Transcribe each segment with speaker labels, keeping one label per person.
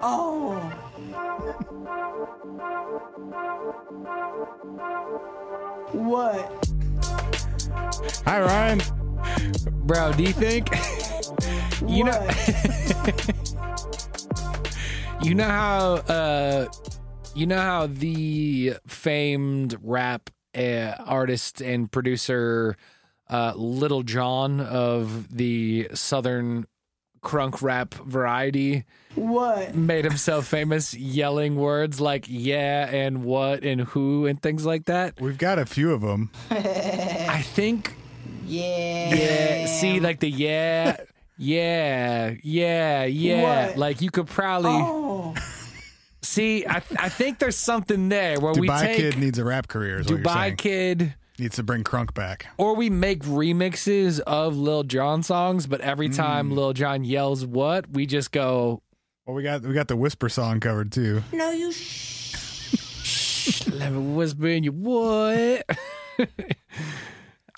Speaker 1: Oh, what?
Speaker 2: Hi, Ryan. Bro, do you think you know
Speaker 1: What?
Speaker 2: you know how uh you know how the famed rap uh, artist and producer uh Little John of the Southern crunk rap variety
Speaker 1: What?
Speaker 2: made himself famous yelling words like yeah and what and who and things like that.
Speaker 3: We've got a few of them.
Speaker 2: I think
Speaker 1: Yeah.
Speaker 2: yeah, see like the yeah yeah yeah yeah
Speaker 1: What?
Speaker 2: like you could probably
Speaker 1: Oh,
Speaker 2: See, I, I think there's something there where we
Speaker 3: Dubai
Speaker 2: take
Speaker 3: Kid needs a rap career. Is what you're saying.
Speaker 2: Dubai Kid,
Speaker 3: needs to bring Crunk back.
Speaker 2: or we make remixes of Lil Jon songs, but
Speaker 3: Mm.
Speaker 2: every time Lil Jon yells what, we just go,
Speaker 3: Well, we got we got the whisper song covered too.
Speaker 1: no, you sh-
Speaker 2: let me whisper in your what.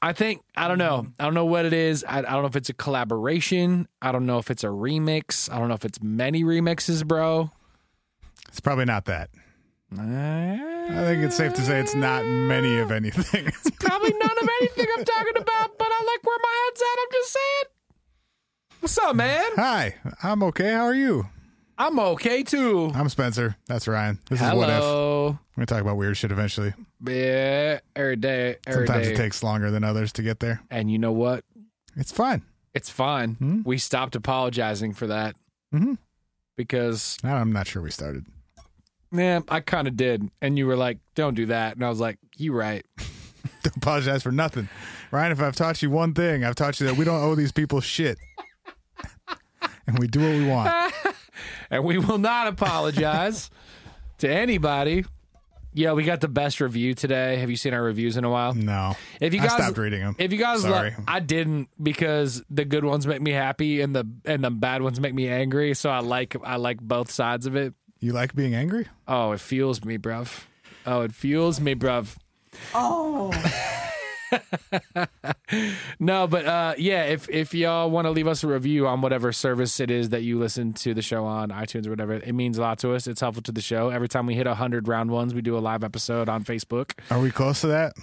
Speaker 2: I think, I don't know. I don't know what it is. I, I don't know if it's a collaboration. I don't know if it's a remix. I don't know if it's many remixes, bro.
Speaker 3: It's probably not that.
Speaker 2: Uh,
Speaker 3: I think it's safe to say it's not many of anything.
Speaker 2: probably none of anything I'm talking about, but I like where my head's at. I'm just saying. What's up, man?
Speaker 3: Hi, I'm okay. How are you?
Speaker 2: I'm okay too.
Speaker 3: I'm Spencer. That's Ryan. This is what if. We're
Speaker 2: Hello.
Speaker 3: gonna talk about weird shit eventually.
Speaker 2: Yeah, every day, every
Speaker 3: Sometimes
Speaker 2: day.
Speaker 3: it takes longer than others to get there.
Speaker 2: and you know what?
Speaker 3: It's fine.
Speaker 2: It's fine.
Speaker 3: Hmm?
Speaker 2: We stopped apologizing for that
Speaker 3: Mhm.
Speaker 2: because,
Speaker 3: I- I'm not sure we started.
Speaker 2: yeah, I kind of did. And you were like, don't do that. And I was like, you right.
Speaker 3: Don't apologize for nothing, Ryan. If I've taught you one thing, I've taught you that we don't owe these people shit, and we do what we want.
Speaker 2: And we will not apologize to anybody. Yeah, we got the best review today. Have you seen our reviews in a while?
Speaker 3: No,
Speaker 2: If you
Speaker 3: I
Speaker 2: guys
Speaker 3: stopped reading them.
Speaker 2: If you guys
Speaker 3: Mm. Sorry.
Speaker 2: lo- I didn't because the good ones make me happy and the and the bad ones make me angry. So I like I like both sides of it.
Speaker 3: you like being angry?
Speaker 2: Oh, it fuels me, bruv. Oh, it fuels me, bruv.
Speaker 1: oh,
Speaker 2: No, but uh, yeah, if if y'all want to leave us a review on whatever service it is that you listen to the show on, iTunes or whatever, it means a lot to us. It's helpful to the show. Every time we hit hundred round ones, we do a live episode on Facebook.
Speaker 3: Are we close to that?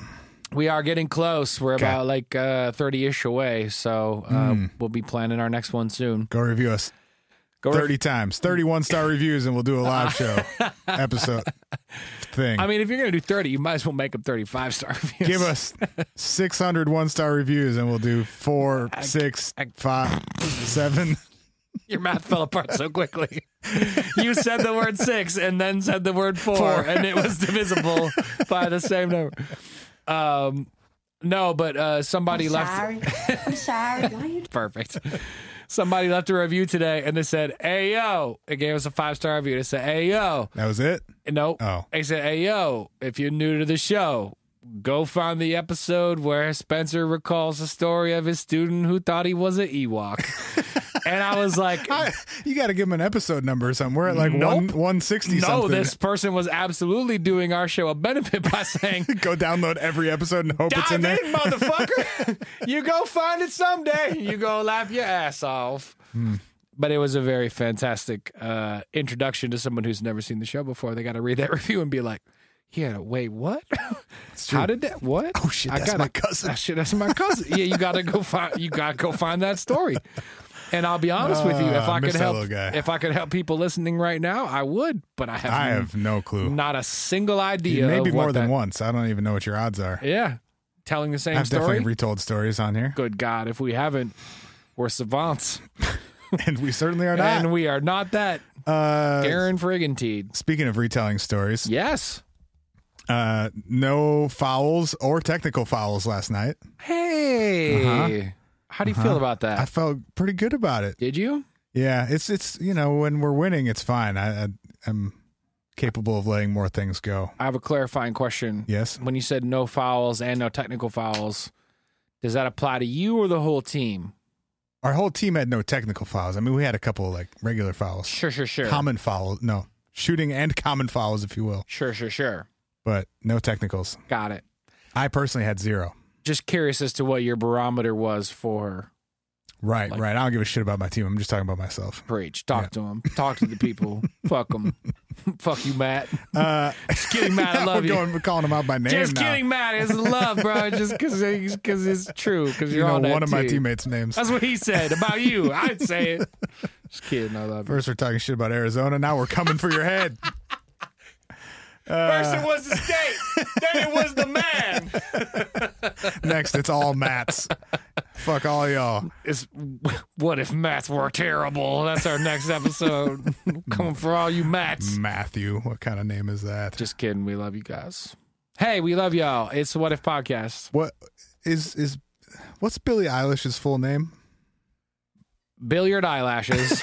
Speaker 2: We are getting close. We're about like thirty ish away, so uh, we'll be planning our next one soon.
Speaker 3: Go review us
Speaker 2: Go rev-
Speaker 3: 30 times, 31 star reviews, and we'll do a live show episode thing.
Speaker 2: I mean, if you're gonna do thirty, you might as well make them thirty-five star reviews.
Speaker 3: give us 600 one star reviews, and we'll do four, six,
Speaker 2: I-
Speaker 3: five, seven.
Speaker 2: Your mouth fell apart so quickly. you said the word six and then said the word four,
Speaker 3: Four.
Speaker 2: and it was divisible by the same number. Um, no, but uh, somebody left.
Speaker 1: sorry. I'm sorry. Why you?
Speaker 2: Perfect. Somebody left a review today, and they said, "Hey yo!" It gave us a five star review. They said, "Hey yo!"
Speaker 3: That was it.
Speaker 2: Nope.
Speaker 3: Oh.
Speaker 2: They said, hey, yo, if you're new to the show, go find the episode where Spencer recalls the story of his student who thought he was an Ewok. and I was like,
Speaker 3: I- you got to give them an episode number or something. We're at like one,
Speaker 2: Nope.
Speaker 3: 160
Speaker 2: no,
Speaker 3: something.
Speaker 2: this person was absolutely doing our show a benefit by saying,
Speaker 3: Go download every episode and hope it's
Speaker 2: dive
Speaker 3: in
Speaker 2: in,
Speaker 3: there.
Speaker 2: motherfucker. you go find it someday. You go laugh your ass off.
Speaker 3: Hmm.
Speaker 2: But it was a very fantastic uh, introduction to someone who's never seen the show before. They got to read that review and be like, "Yeah, wait, what?
Speaker 3: true.
Speaker 2: How did that? What?
Speaker 3: Oh, shit, that's my cousin.
Speaker 2: Oh, shit, that's my cousin. yeah, you gotta go find. You gotta go find that story. And I'll be honest with you,
Speaker 3: Uh,
Speaker 2: if
Speaker 3: I
Speaker 2: I could
Speaker 3: miss that
Speaker 2: help,
Speaker 3: little guy.
Speaker 2: if I could help people listening right now, I would. But I have,
Speaker 3: I have no clue.
Speaker 2: not a single idea.
Speaker 3: Maybe
Speaker 2: of
Speaker 3: more
Speaker 2: what
Speaker 3: than
Speaker 2: that-
Speaker 3: once. I don't even know what your odds are.
Speaker 2: Yeah, telling the same
Speaker 3: I've
Speaker 2: story.
Speaker 3: definitely retold stories on here,
Speaker 2: good God, if we haven't, we're savants.
Speaker 3: and we certainly are not.
Speaker 2: And we are not that.
Speaker 3: uh,
Speaker 2: Aaron Frigantide.
Speaker 3: Speaking of retelling stories,
Speaker 2: Yes.
Speaker 3: uh, no fouls or technical fouls last night.
Speaker 2: Hey. How do you feel about that?
Speaker 3: Uh-huh. I felt pretty good about it.
Speaker 2: Did you?
Speaker 3: Yeah, it's it's you know when we're winning, it's fine. I, I am capable of letting more things go.
Speaker 2: I have a clarifying question.
Speaker 3: Yes,
Speaker 2: When you said no fouls and no technical fouls, does that apply to you or the whole team?
Speaker 3: our whole team had no technical fouls. I mean, we had a couple like regular fouls,
Speaker 2: Sure, sure, sure.
Speaker 3: common fouls, no shooting and common fouls, if you will,
Speaker 2: sure, sure, sure.
Speaker 3: but no technicals.
Speaker 2: Got it.
Speaker 3: I personally had zero.
Speaker 2: Just curious as to what your barometer was for
Speaker 3: Right, right. I don't give a shit about my team. I'm just talking about myself.
Speaker 2: Preach. Talk to him. Talk to the people. Fuck them. Fuck you, Matt.
Speaker 3: Uh,
Speaker 2: Just kidding, Matt. I love
Speaker 3: we're
Speaker 2: you.
Speaker 3: going, we're calling him out by name
Speaker 2: Just
Speaker 3: now.
Speaker 2: kidding, Matt. It's love, bro. Just because it's true. Because
Speaker 3: You
Speaker 2: you're
Speaker 3: know,
Speaker 2: on that
Speaker 3: one of my
Speaker 2: team.
Speaker 3: teammates' names.
Speaker 2: That's what he said about you. I'd say it. Just kidding. I love you.
Speaker 3: First, we're talking shit about Arizona. Now we're coming for your head.
Speaker 2: First it was the state. then it was the man.
Speaker 3: Next, it's all Matt's. Fuck all y'all.
Speaker 2: It's what if Matt's were terrible? That's our next episode. Coming for all you Matts.
Speaker 3: Mm. Matthew. What kind of name is that?
Speaker 2: Just kidding. We love you guys. Hey, we love y'all. It's the What If Podcast.
Speaker 3: What is is what's Billie Eilish's full name?
Speaker 2: Billiard eyelashes.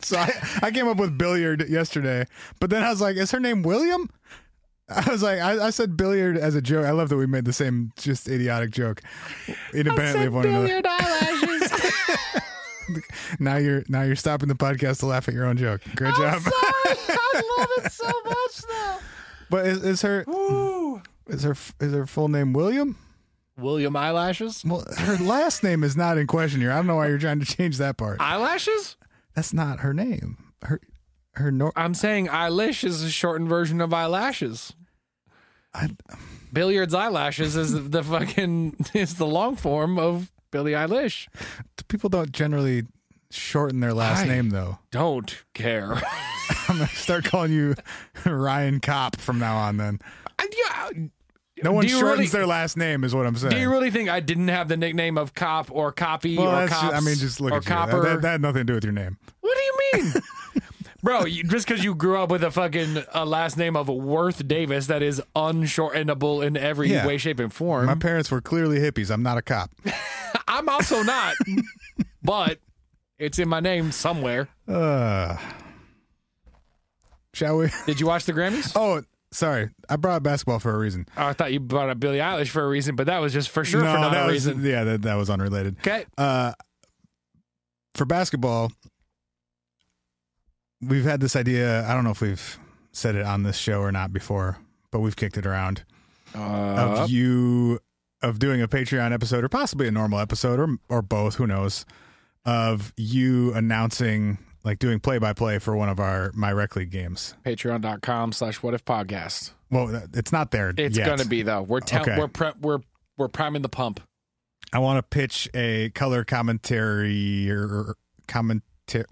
Speaker 3: So I, I came up with billiard yesterday, but then I was like, is her name William? I was like, I, I said billiard as a joke. I love that we made the same just idiotic joke independently of one another.
Speaker 2: Billiard eyelashes.
Speaker 3: Now you're now you're stopping the podcast to laugh at your own joke. Great job.
Speaker 2: I love it so much though.
Speaker 3: But is, is her is her is her full name William?
Speaker 2: William eyelashes.
Speaker 3: Well, her last name is not in question here. I don't know why you're trying to change that part.
Speaker 2: Eyelashes?
Speaker 3: That's not her name. Her her nor
Speaker 2: I'm saying eyelash is a shortened version of eyelashes.
Speaker 3: I-
Speaker 2: Billiards eyelashes is the fucking is the long form of Billie Eilish.
Speaker 3: people don't generally shorten their last
Speaker 2: Hi.
Speaker 3: name though.
Speaker 2: Don't care.
Speaker 3: I'm gonna start calling you Ryan Cop from now on. Then
Speaker 2: I- yeah,
Speaker 3: no one
Speaker 2: Do you
Speaker 3: shortens
Speaker 2: really-
Speaker 3: their last name, is what I'm saying.
Speaker 2: Do you really think I didn't have the nickname of cop or copy
Speaker 3: well,
Speaker 2: or
Speaker 3: that's
Speaker 2: cops?
Speaker 3: just, I mean, just look
Speaker 2: or
Speaker 3: at you. That-
Speaker 2: copper.
Speaker 3: That, that had nothing to do with your name.
Speaker 2: What do you mean? Bro, you, just because you grew up with a fucking a last name of Worth Davis that is unshortenable in every
Speaker 3: Yeah.
Speaker 2: way, shape, and form.
Speaker 3: My parents were clearly hippies. I'm not a cop.
Speaker 2: I'm also not, but it's in my name somewhere.
Speaker 3: Uh, shall we?
Speaker 2: Did you watch the Grammys?
Speaker 3: Oh, sorry. I brought basketball for a reason.
Speaker 2: Oh, I thought you brought up Billie Eilish for a reason, but that was just for sure for not
Speaker 3: that
Speaker 2: a
Speaker 3: was,
Speaker 2: reason.
Speaker 3: Yeah, that, that was unrelated.
Speaker 2: Okay.
Speaker 3: Uh, for basketball, we've had this idea. I don't know if we've said it on this show or not before, but we've kicked it around.
Speaker 2: Uh-huh. Uh,
Speaker 3: of you of doing a Patreon episode or possibly a normal episode or or both, who knows, of you announcing like doing play by play for one of our my rec league games.
Speaker 2: Patreon.com slash What If Podcast.
Speaker 3: Well, that- it's not there.
Speaker 2: It's
Speaker 3: yet.
Speaker 2: gonna be though. We're tell
Speaker 3: Okay.
Speaker 2: we're pre- we're we're priming the pump.
Speaker 3: I want to pitch a color commentary or commenta-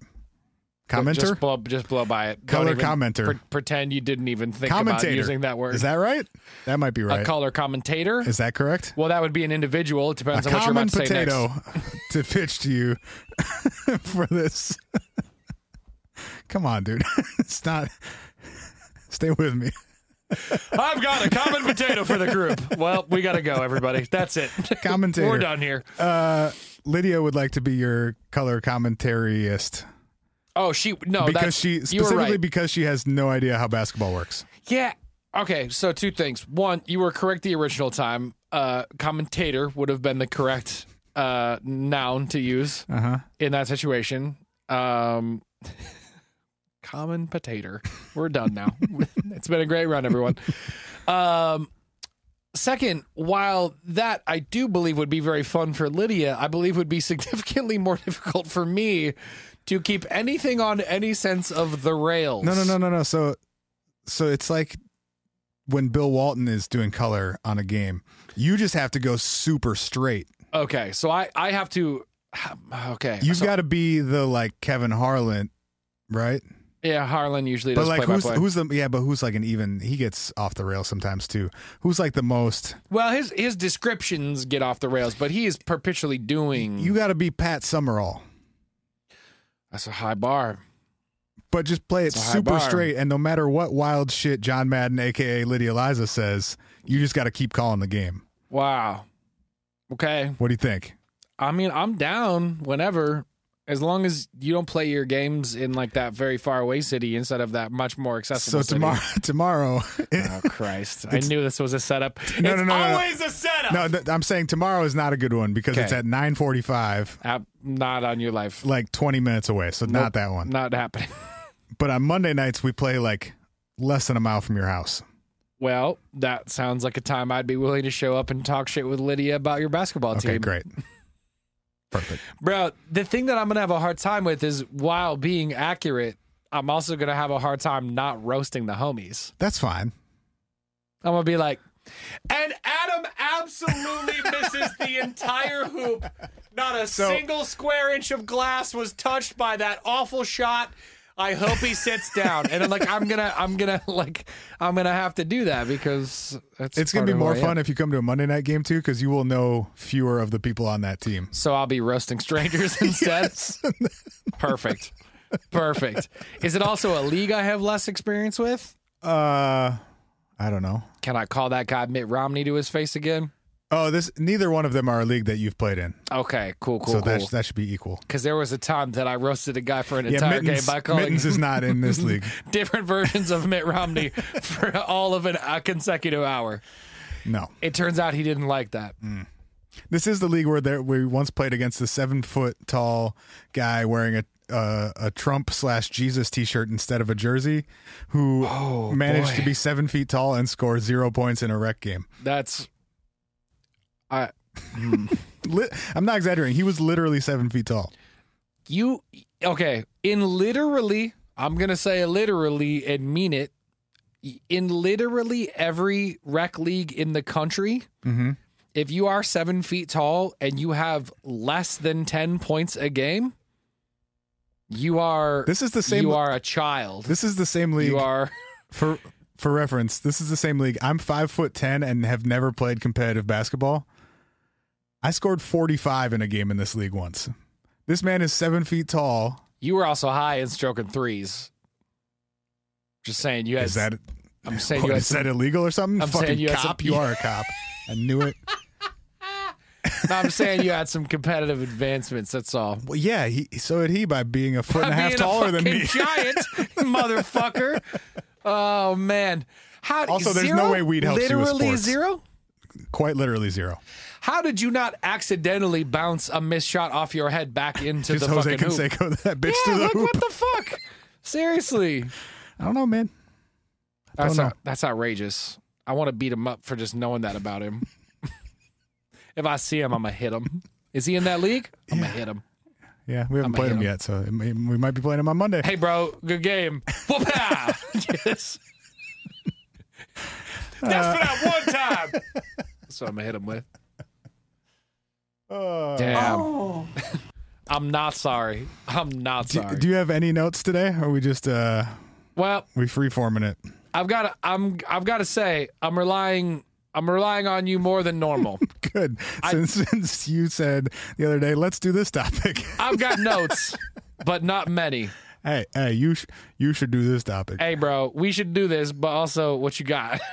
Speaker 3: commenter
Speaker 2: Just blow, just blow by it. Don't
Speaker 3: color
Speaker 2: even
Speaker 3: commenter.
Speaker 2: pre- pretend you didn't even think about
Speaker 3: Commentator.
Speaker 2: using that word.
Speaker 3: Is that right? That might be
Speaker 2: A
Speaker 3: right.
Speaker 2: color commentator.
Speaker 3: Is that correct?
Speaker 2: well, that would be an individual. It depends
Speaker 3: a
Speaker 2: on what you're
Speaker 3: common
Speaker 2: about to say
Speaker 3: potato
Speaker 2: next.
Speaker 3: to pitch to you for this. Come on, dude. it's not. Stay with me.
Speaker 2: I've got a common potato for the group. Well, we gotta go, everybody. That's it.
Speaker 3: Commentator.
Speaker 2: We're done here.
Speaker 3: Uh, Lydia would like to be your color commentaryist
Speaker 2: Oh, she no.
Speaker 3: because
Speaker 2: that's,
Speaker 3: she
Speaker 2: you were
Speaker 3: specifically
Speaker 2: right.
Speaker 3: because she has no idea how basketball works.
Speaker 2: Yeah. Okay, so two things. One, you were correct the original time. Uh, commentator would have been the correct uh, noun to use
Speaker 3: Uh-huh.
Speaker 2: in that situation. Um, common potato. We're done now. it's been a great run, everyone. Um, second, while that I do believe would be very fun for Lydia, I believe would be significantly more difficult for me to keep anything on any sense of the rails.
Speaker 3: No, no, no, no, no. So, so it's like when Bill Walton is doing color on a game, you just have to go super straight.
Speaker 2: Okay, so I I have to. Okay,
Speaker 3: You've
Speaker 2: so-
Speaker 3: got to be the like Kevin Harlan, right?
Speaker 2: yeah. Harlan usually
Speaker 3: But
Speaker 2: does
Speaker 3: like,
Speaker 2: play
Speaker 3: who's
Speaker 2: by play.
Speaker 3: who's the yeah? But who's like an even? He gets off the rails sometimes too. Who's like the most?
Speaker 2: Well, his his descriptions get off the rails, but he is perpetually doing.
Speaker 3: You got to be Pat Summerall,
Speaker 2: that's a high bar.
Speaker 3: but just play it
Speaker 2: a high
Speaker 3: super
Speaker 2: bar.
Speaker 3: straight, and no matter what wild shit John Madden, aka Lydia Liza, says, you just got to keep calling the game.
Speaker 2: Wow. Okay,
Speaker 3: What do you think?
Speaker 2: I mean I'm down whenever, as long as you don't play your games in like that very far away city instead of that much more accessible.
Speaker 3: So
Speaker 2: city.
Speaker 3: tomorrow, tomorrow,
Speaker 2: Oh Christ! I knew this was a setup.
Speaker 3: No,
Speaker 2: it's
Speaker 3: no, no, no, no.
Speaker 2: always a setup.
Speaker 3: no, th- I'm saying tomorrow is not a good one because it's
Speaker 2: Okay.
Speaker 3: at 9:45,
Speaker 2: Uh, not on your life.
Speaker 3: like 20 minutes away. So not that one.
Speaker 2: Not happening.
Speaker 3: But on Monday nights, we play like less than a mile from your house.
Speaker 2: Well, that sounds like a time I'd be willing to show up and talk shit with Lydia about your basketball
Speaker 3: Okay,
Speaker 2: team.
Speaker 3: great. Perfect.
Speaker 2: Bro, the thing that I'm gonna have a hard time with is while being accurate, I'm also gonna have a hard time not roasting the homies.
Speaker 3: That's fine.
Speaker 2: I'm gonna be like, and Adam absolutely misses the entire hoop. Not a single square inch of glass was touched by that awful shot. I hope he sits down. And I'm like, I'm gonna, I'm gonna, like, I'm gonna have to do that because that's
Speaker 3: It's going
Speaker 2: part
Speaker 3: to be
Speaker 2: of who
Speaker 3: more
Speaker 2: I am.
Speaker 3: fun if you come to a Monday night game too, because you will know fewer of the people on that team.
Speaker 2: So I'll be roasting strangers instead. Perfect. Perfect. Is it also a league I have less experience with?
Speaker 3: Uh, I don't know.
Speaker 2: Can I call that guy Mitt Romney to his face again?
Speaker 3: Oh, this neither one of them are a league that you've played in,
Speaker 2: Okay, cool, cool,
Speaker 3: so
Speaker 2: Oh, cool.
Speaker 3: that that should be equal.
Speaker 2: Because there was a time that I roasted a guy for an
Speaker 3: Yeah,
Speaker 2: entire
Speaker 3: Mittens,
Speaker 2: game by calling
Speaker 3: Mittens is not in this league.
Speaker 2: different versions of Mitt Romney for all of an, a consecutive hour.
Speaker 3: No,
Speaker 2: It turns out he didn't like that.
Speaker 3: Mm. this is the league where there, we once played against a seven foot tall guy wearing a uh, a Trump slash Jesus t shirt instead of a jersey, who managed
Speaker 2: Oh, boy.
Speaker 3: to be seven feet tall and score zero points in a rec game.
Speaker 2: That's I
Speaker 3: Li- I'm not exaggerating. He was literally seven feet tall.
Speaker 2: you okay in literally i'm gonna say literally and mean it in literally every rec league in the country
Speaker 3: Mhm.
Speaker 2: if you are seven feet tall and you have less than 10 points a game you are
Speaker 3: This is the same.
Speaker 2: you are a child
Speaker 3: This is the same league.
Speaker 2: you are
Speaker 3: for for reference, this is the same league. I'm five foot ten and have never played competitive basketball. I scored forty five in a game in this league once. This man is seven feet tall.
Speaker 2: you were also high in stroking threes just saying you had
Speaker 3: Is that
Speaker 2: i'm saying
Speaker 3: what,
Speaker 2: you had
Speaker 3: is that illegal or something?
Speaker 2: I'm saying
Speaker 3: Fucking
Speaker 2: you had some-
Speaker 3: cop, you are a cop. I knew it.
Speaker 2: no, i'm saying you had some competitive advancements that's all
Speaker 3: Well, yeah. He, so did he by being a foot and a half
Speaker 2: being
Speaker 3: taller than
Speaker 2: fucking
Speaker 3: me.
Speaker 2: Giant motherfucker. Oh man. How
Speaker 3: Also, there's
Speaker 2: zero?
Speaker 3: no way weed helps you with
Speaker 2: literally
Speaker 3: sports.
Speaker 2: zero.
Speaker 3: Quite literally zero.
Speaker 2: How did you not accidentally bounce a missed shot off your head back into
Speaker 3: Just
Speaker 2: the
Speaker 3: Jose
Speaker 2: fucking hoop?
Speaker 3: Canseco that bitch
Speaker 2: Yeah,
Speaker 3: to the
Speaker 2: like
Speaker 3: hoop.
Speaker 2: what the fuck? Seriously,
Speaker 3: I don't know, man.
Speaker 2: that's
Speaker 3: know.
Speaker 2: out- that's outrageous. I want to beat him up for just knowing that about him. if I see him, I'm gonna hit him. Is he in that league? I'm gonna hit him.
Speaker 3: Yeah, we haven't
Speaker 2: I'ma
Speaker 3: played
Speaker 2: hit
Speaker 3: him
Speaker 2: him.
Speaker 3: yet, so it may- we might be playing him on Monday.
Speaker 2: Hey, bro, good game. Whoop-ah! yes. That's for that one time. Uh, That's what I'm gonna hit him with.
Speaker 3: Uh,
Speaker 2: Damn.
Speaker 1: Oh.
Speaker 2: I'm not sorry. I'm not
Speaker 3: do,
Speaker 2: sorry.
Speaker 3: do you have any notes today? Or are we just uh
Speaker 2: well,
Speaker 3: we freeforming it?
Speaker 2: I've got. to I'm. I've got to say, I'm relying. I'm relying on you more than normal.
Speaker 3: Good. Since since you said the other day, let's do this topic.
Speaker 2: I've got notes, but not many.
Speaker 3: hey, hey, you sh- you should do this topic.
Speaker 2: Hey, bro, we should do this, but also, what you got?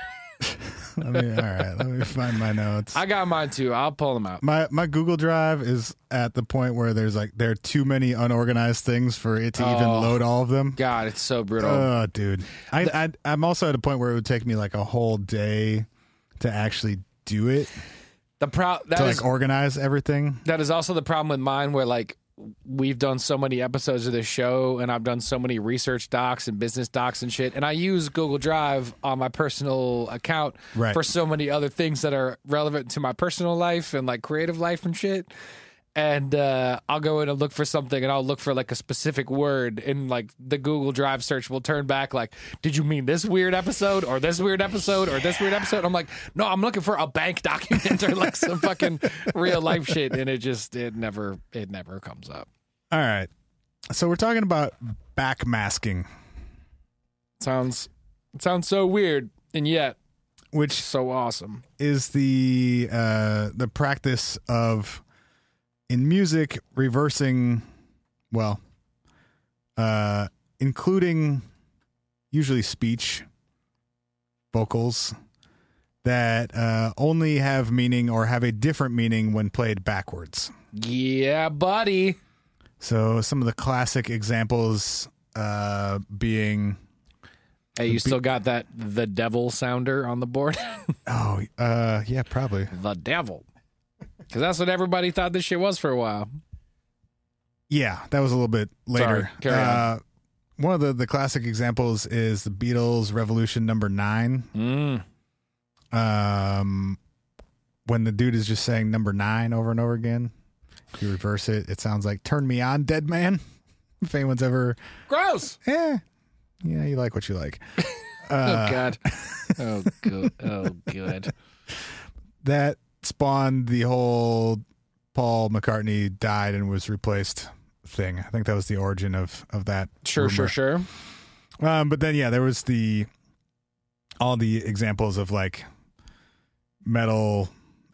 Speaker 3: Let me, all right, let me find my notes.
Speaker 2: I got mine too. I'll pull them out.
Speaker 3: my my Google Drive is at the point where there's like there are too many unorganized things for it to even
Speaker 2: Oh.
Speaker 3: load all of them.
Speaker 2: God, it's so brutal.
Speaker 3: Oh, dude. I, I I'm also at a point where it would take me like a whole day to actually do it
Speaker 2: the pro. That
Speaker 3: to
Speaker 2: is-
Speaker 3: like organize everything.
Speaker 2: that is also the problem with mine where like we've done so many episodes of this show and i've done so many research docs and business docs and shit and i use google drive on my personal account
Speaker 3: Right.
Speaker 2: for so many other things that are relevant to my personal life and like creative life and shit and uh, i'll go in and look for something and i'll look for like a specific word and like the google drive search will turn back like did you mean this weird episode or this weird episode or this weird episode i'm like no i'm looking for a bank document or like some fucking real life shit and it just it never it never comes up
Speaker 3: All right. So we're talking about backmasking,
Speaker 2: sounds it sounds so weird and yet
Speaker 3: which
Speaker 2: so awesome
Speaker 3: is the uh, the practice of in music reversing, well, uh, including usually speech, vocals that uh, only have meaning or have a different meaning when played backwards.
Speaker 2: yeah buddy
Speaker 3: So some of the classic examples uh, being
Speaker 2: hey you still got that the devil sounder on the board
Speaker 3: oh uh, yeah probably
Speaker 2: the devil because that's what everybody thought this shit was for a while
Speaker 3: Yeah, that was a little bit later.
Speaker 2: Sorry, carry
Speaker 3: uh, one of the, the classic examples is the Beatles Revolution number nine.
Speaker 2: mm.
Speaker 3: Um, when the dude is just saying number nine over and over again. If you reverse it, it sounds like "Turn Me On, Dead Man." If anyone's ever,
Speaker 2: Gross.
Speaker 3: eh, yeah, you like what you like. Uh.
Speaker 2: oh god. Oh good. Oh good.
Speaker 3: That spawned the whole Paul McCartney died and was replaced thing. I think that was the origin of of that.
Speaker 2: Sure,
Speaker 3: rumor.
Speaker 2: sure, sure.
Speaker 3: Um, but then yeah, there was the all the examples of like metal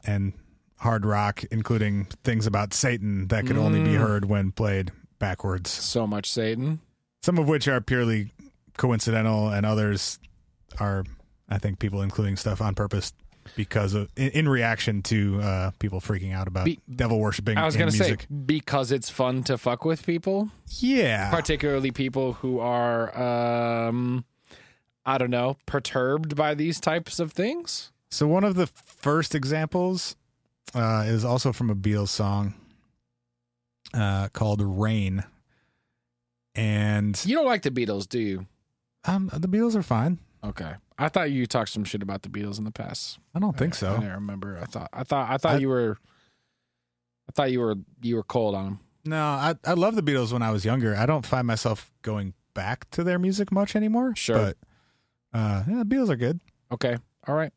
Speaker 3: and hard rock, including things about Satan that could only be
Speaker 2: Mm.
Speaker 3: heard when played backwards.
Speaker 2: So much Satan.
Speaker 3: Some of which are purely coincidental, and others are, I think, people including stuff on purpose because of in, in reaction to uh, people freaking out about
Speaker 2: Be-
Speaker 3: devil worshiping.
Speaker 2: I was
Speaker 3: in
Speaker 2: gonna
Speaker 3: music.
Speaker 2: say because it's fun to fuck with people,
Speaker 3: yeah,
Speaker 2: particularly people who are, um, I don't know, perturbed by these types of things.
Speaker 3: So one of the first examples uh, is also from a Beatles song uh, called "Rain," and
Speaker 2: You don't like the Beatles, do you?
Speaker 3: um, the Beatles are fine.
Speaker 2: Okay, I thought you talked some shit about the Beatles in the past.
Speaker 3: I don't think
Speaker 2: I,
Speaker 3: so.
Speaker 2: didn't remember. I thought. I thought. I thought
Speaker 3: I-
Speaker 2: you were. I thought you were. You were cold on them.
Speaker 3: No, I I love the Beatles when I was younger. I don't find myself going back to their music much anymore.
Speaker 2: Sure.
Speaker 3: but uh, yeah, the Beatles are good.
Speaker 2: Okay. All right.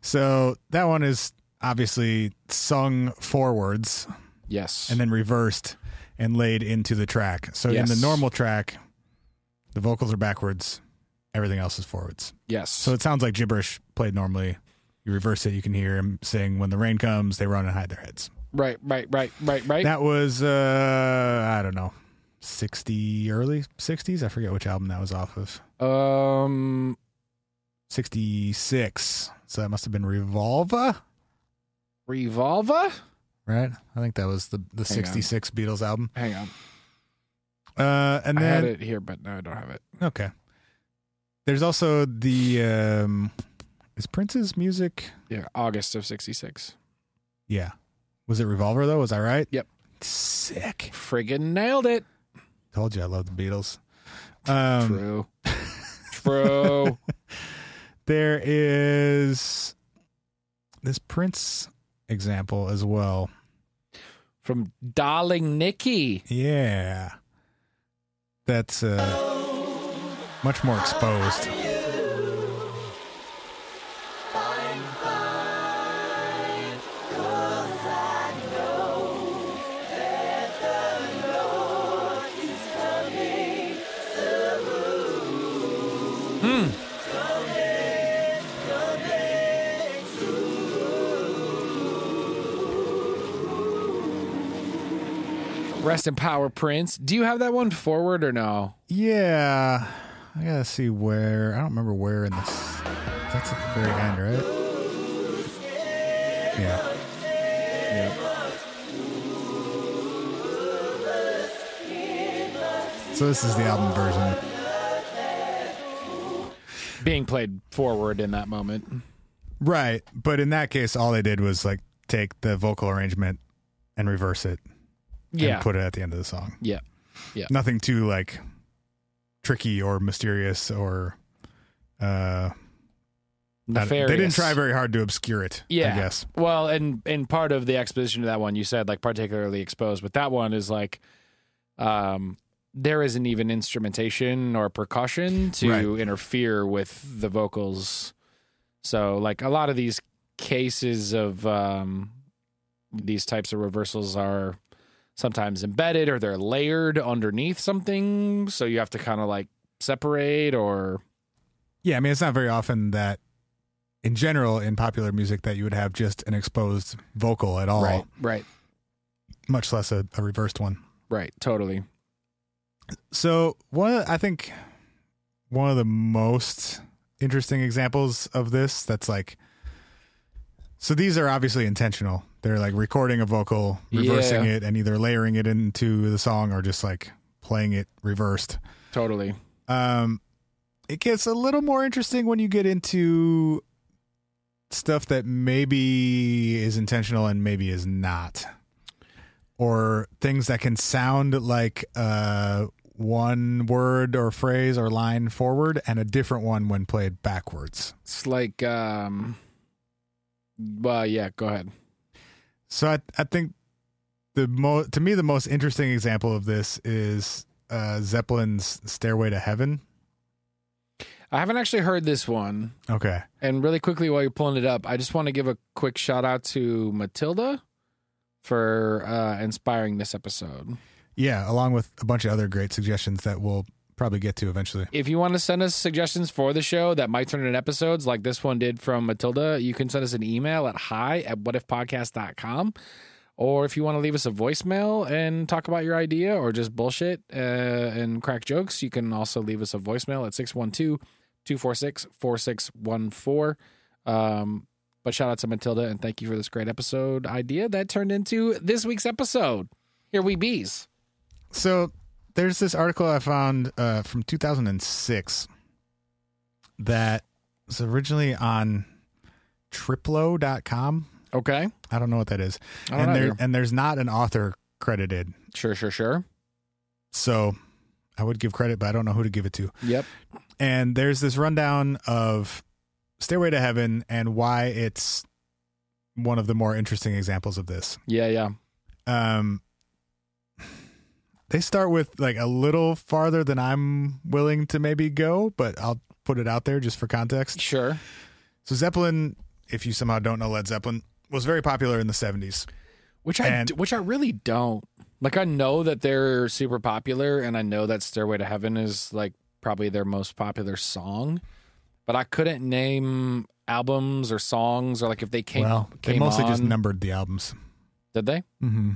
Speaker 3: So that one is obviously sung forwards
Speaker 2: Yes.
Speaker 3: and then reversed and laid into the track. So
Speaker 2: Yes.
Speaker 3: in the normal track, the vocals are backwards, everything else is forwards.
Speaker 2: yes.
Speaker 3: So it sounds like gibberish played normally. You reverse it, you can hear him sing "When the rain comes, they run and hide their heads."
Speaker 2: right. Right. Right. Right. Right.
Speaker 3: That was uh I don't know, 60 early 60s, I forget which album that was off of.
Speaker 2: um.
Speaker 3: 66. So that must have been Revolver,
Speaker 2: Revolver.
Speaker 3: right? I think that was the the
Speaker 2: Hang on.
Speaker 3: 66 Beatles album.
Speaker 2: Hang on.
Speaker 3: Uh and
Speaker 2: I
Speaker 3: then
Speaker 2: had it here, but no, I don't have it.
Speaker 3: Okay. There's also the um is Prince's music
Speaker 2: Yeah, August of '66.
Speaker 3: Yeah. Was it Revolver though? Was I right?
Speaker 2: Yep.
Speaker 3: Sick.
Speaker 2: Friggin' nailed it.
Speaker 3: Told you I love the Beatles. Um
Speaker 2: True. True.
Speaker 3: there is this Prince example as well.
Speaker 2: From Darling Nikki.
Speaker 3: Yeah. That's uh much more exposed.
Speaker 2: Rest in power, Prince. Do you have that one forward or no?
Speaker 3: Yeah. I gotta see where. I don't remember where in this. That's at the very end, right? Yeah. So this is the album version.
Speaker 2: Being played forward in that moment.
Speaker 3: Right. But in that case, all they did was like take the vocal arrangement and reverse it
Speaker 2: Yeah.
Speaker 3: and put it at the end of the song.
Speaker 2: yeah.
Speaker 3: Nothing too like tricky or mysterious or. Uh, I don't-
Speaker 2: Nefarious.
Speaker 3: they didn't try very hard to obscure it.
Speaker 2: Yeah.
Speaker 3: I guess.
Speaker 2: Well, and and part of the exposition to that one, you said like particularly exposed, but that one is like, um, there isn't even instrumentation or percussion to
Speaker 3: Right.
Speaker 2: interfere with the vocals. So like a lot of these cases of um, these types of reversals are sometimes embedded or they're layered underneath something, so you have to kind of like separate or
Speaker 3: Yeah, I mean, it's not very often that, in general, in popular music, that you would have just an exposed vocal at all,
Speaker 2: right,
Speaker 3: much less a, a reversed one.
Speaker 2: right, totally.
Speaker 3: So one, of- I think, one of the most interesting examples of this that's like, so these are obviously intentional. They're like recording a vocal, reversing
Speaker 2: Yeah.
Speaker 3: it, and either layering it into the song or just like playing it reversed.
Speaker 2: Totally.
Speaker 3: Um, it gets a little more interesting when you get into stuff that maybe is intentional and maybe is not, or things that can sound like uh, one word or phrase or line forward and a different one when played backwards.
Speaker 2: It's like, um, well, yeah, go ahead.
Speaker 3: So I, I think the mo- to me the most interesting example of this is uh, Zeppelin's Stairway to Heaven.
Speaker 2: I haven't actually heard this one.
Speaker 3: Okay.
Speaker 2: And really quickly, while you're pulling it up, I just want to give a quick shout out to Matilda for uh, inspiring this episode.
Speaker 3: Yeah, along with a bunch of other great suggestions that we'll probably get to eventually.
Speaker 2: If you want to send us suggestions for the show that might turn into episodes like this one did from Matilda, you can send us an email at hi at whatifpodcast.com. Or if you want to leave us a voicemail and talk about your idea or just bullshit uh, and crack jokes, you can also leave us a voicemail at 612 246 4614. Um, But shout out to Matilda and thank you for this great episode idea that turned into this week's episode. Here we bees.
Speaker 3: So there's this article I found uh, from 2006 that was originally on triplo.com.
Speaker 2: Okay.
Speaker 3: I don't know what that is.
Speaker 2: I don't
Speaker 3: and
Speaker 2: know
Speaker 3: there
Speaker 2: either.
Speaker 3: and there's not an author credited.
Speaker 2: Sure, sure, sure.
Speaker 3: So I would give credit, but I don't know who to give it to.
Speaker 2: Yep.
Speaker 3: and there's this rundown of Stairway to Heaven and why it's one of the more interesting examples of this.
Speaker 2: Yeah, yeah.
Speaker 3: Um, they start with like a little farther than I'm willing to maybe go, but I'll put it out there just for context.
Speaker 2: Sure.
Speaker 3: So Zeppelin, if you somehow don't know Led Zeppelin, was very popular in the 70s.
Speaker 2: Which I
Speaker 3: And-
Speaker 2: d- which I really don't. Like I know that they're super popular and I know that Stairway to Heaven is like probably their most popular song, but I couldn't name albums or songs or like if they came
Speaker 3: well,
Speaker 2: came
Speaker 3: they mostly just
Speaker 2: on-
Speaker 3: numbered the albums.
Speaker 2: did they?
Speaker 3: Mm-hmm.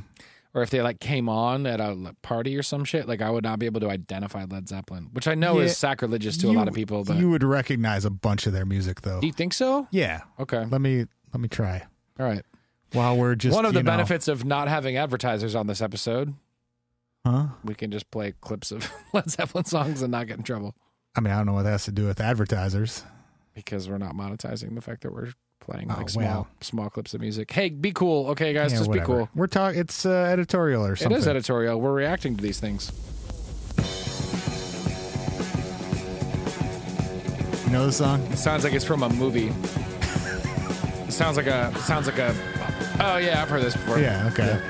Speaker 2: Or if they like came on at a like, party or some shit, like I would not be able to identify Led Zeppelin, which I know
Speaker 3: Yeah,
Speaker 2: is sacrilegious to a lot of people, but
Speaker 3: you would recognize a bunch of their music, though.
Speaker 2: do you think so?
Speaker 3: yeah,
Speaker 2: Okay.
Speaker 3: let me let me try.
Speaker 2: All right.
Speaker 3: While we're just
Speaker 2: One of the
Speaker 3: you know-
Speaker 2: benefits of not having advertisers on this episode,
Speaker 3: huh?
Speaker 2: we can just play clips of Led Zeppelin songs and not get in trouble.
Speaker 3: I mean, I don't know what that has to do with advertisers.
Speaker 2: because we're not monetizing the fact that we're playing
Speaker 3: Oh,
Speaker 2: like small
Speaker 3: wow.
Speaker 2: small clips of music. Hey, be cool, okay, guys,
Speaker 3: Yeah,
Speaker 2: just
Speaker 3: whatever.
Speaker 2: be cool.
Speaker 3: We're talking. It's uh, editorial or something.
Speaker 2: It is editorial. We're reacting to these things.
Speaker 3: you know the song?
Speaker 2: It sounds like it's from a movie. it sounds like a it sounds like a. Oh yeah, I've heard this before.
Speaker 3: Yeah. Okay.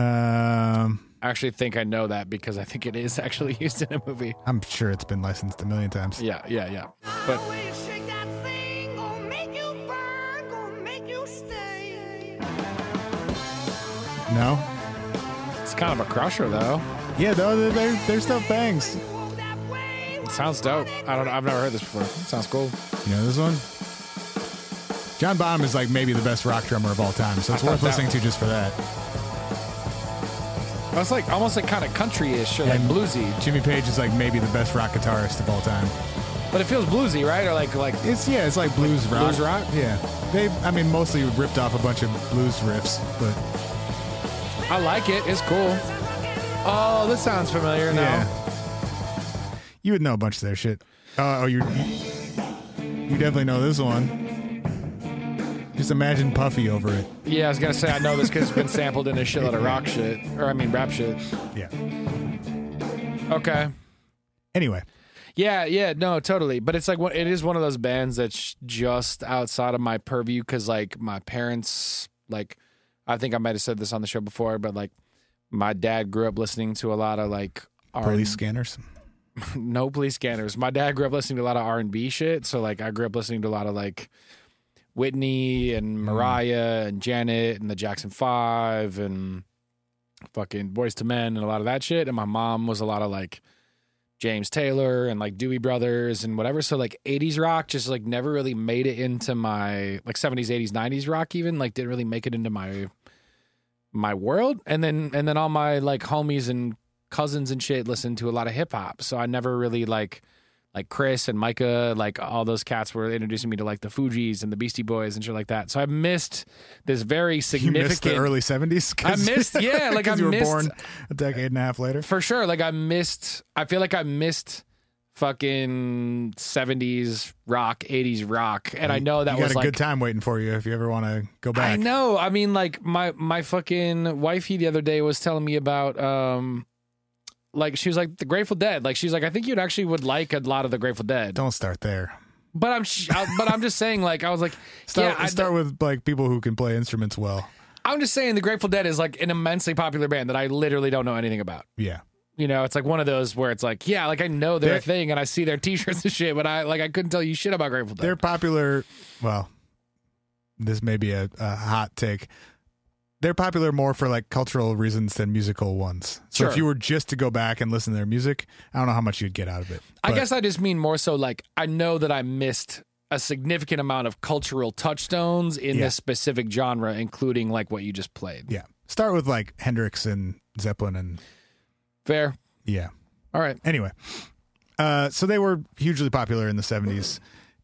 Speaker 3: Um,
Speaker 2: I actually think I know that because I think it is actually used in a movie.
Speaker 3: I'm sure it's been licensed a million times.
Speaker 2: Yeah, yeah, yeah. But
Speaker 4: We'll shake that thing, gonna make you burn, gonna make you stay.
Speaker 3: No.
Speaker 2: it's kind of a crusher though.
Speaker 3: Yeah. No. Their their, their stuff bangs.
Speaker 4: Walk that way,
Speaker 2: It sounds dope. I don't know. I've never heard this before. It sounds cool.
Speaker 3: You know this one? John Bonham is like maybe the best rock drummer of all time, so it's
Speaker 2: I thought
Speaker 3: worth
Speaker 2: that-
Speaker 3: listening to just for that.
Speaker 2: It's like almost like kind of country-ish or like
Speaker 3: And-
Speaker 2: bluesy,
Speaker 3: Jimmy Page is like maybe the best rock guitarist of all time.
Speaker 2: but it feels bluesy, right? Or like like
Speaker 3: It's yeah, it's like blues rock.
Speaker 2: blues rock?
Speaker 3: Yeah. They, I mean, mostly ripped off a bunch of blues riffs, but
Speaker 2: I like it. It's cool. Oh, this sounds familiar now.
Speaker 3: Yeah. You would know a bunch of their shit. Uh, oh, you're, you definitely know this one. Just imagine Puffy over it.
Speaker 2: Yeah, I was gonna say I know this because it's been sampled in a shitload of rock shit, or I mean rap shit.
Speaker 3: Yeah.
Speaker 2: Okay.
Speaker 3: Anyway,
Speaker 2: Yeah, yeah, no, totally. But it's like one- it is one of those bands that's just outside of my purview because like my parents, like I think I might have said this on the show before, but like my dad grew up listening to a lot of like R-
Speaker 3: police scanners.
Speaker 2: no police scanners. My dad grew up listening to a lot of R and B shit, so like I grew up listening to a lot of like Whitney and Mariah and Janet and the Jackson Five and fucking Boys to Men and a lot of that shit. And my mom was a lot of like James Taylor and like Dewey Brothers and whatever. So like 80s rock just like never really made it into my like 70s, 80s, 90s rock even like didn't really make it into my my world. And then and then all my like homies and cousins and shit listened to a lot of hip hop. So I never really like like Chris and Micah, like all those cats were introducing me to like the Fugees and the Beastie Boys and shit like that. So I missed this very
Speaker 3: You
Speaker 2: significant
Speaker 3: missed the early 70s? 'Cause-
Speaker 2: I missed- yeah, like, I
Speaker 3: 'cause you were
Speaker 2: missed-
Speaker 3: born a decade and a half later.
Speaker 2: for sure. Like I missed. I feel like I missed fucking seventies rock, eighties rock, and I know that
Speaker 3: you
Speaker 2: was
Speaker 3: got a
Speaker 2: like.
Speaker 3: good time waiting for you if you ever want to go back.
Speaker 2: I know. I mean, like my my fucking wifey the other day was telling me about um like she was like the Grateful Dead. Like she's like I think you'd actually would like a lot of the Grateful Dead.
Speaker 3: Don't start there.
Speaker 2: But I'm sh- I, but I'm just saying like I was like
Speaker 3: Start,
Speaker 2: yeah I,
Speaker 3: start with like people who can play instruments well.
Speaker 2: I'm just saying the Grateful Dead is like an immensely popular band that I literally don't know anything about.
Speaker 3: Yeah.
Speaker 2: You know, it's like one of those where it's like yeah like I know their
Speaker 3: They're-
Speaker 2: thing and I see their T-shirts and shit, but I like I couldn't tell you shit about Grateful Dead.
Speaker 3: They're popular. Well, this may be a, a hot take. They're popular more for like cultural reasons than musical ones. So
Speaker 2: Sure.
Speaker 3: if you were just to go back and listen to their music, I don't know how much you'd get out of it.
Speaker 2: I
Speaker 3: But
Speaker 2: guess I just mean more so like I know that I missed a significant amount of cultural touchstones in
Speaker 3: Yeah.
Speaker 2: this specific genre, including like what you just played.
Speaker 3: yeah. Start with like Hendrix and Zeppelin and
Speaker 2: Fair.
Speaker 3: yeah.
Speaker 2: All right.
Speaker 3: Anyway, uh, so they were hugely popular in the 70s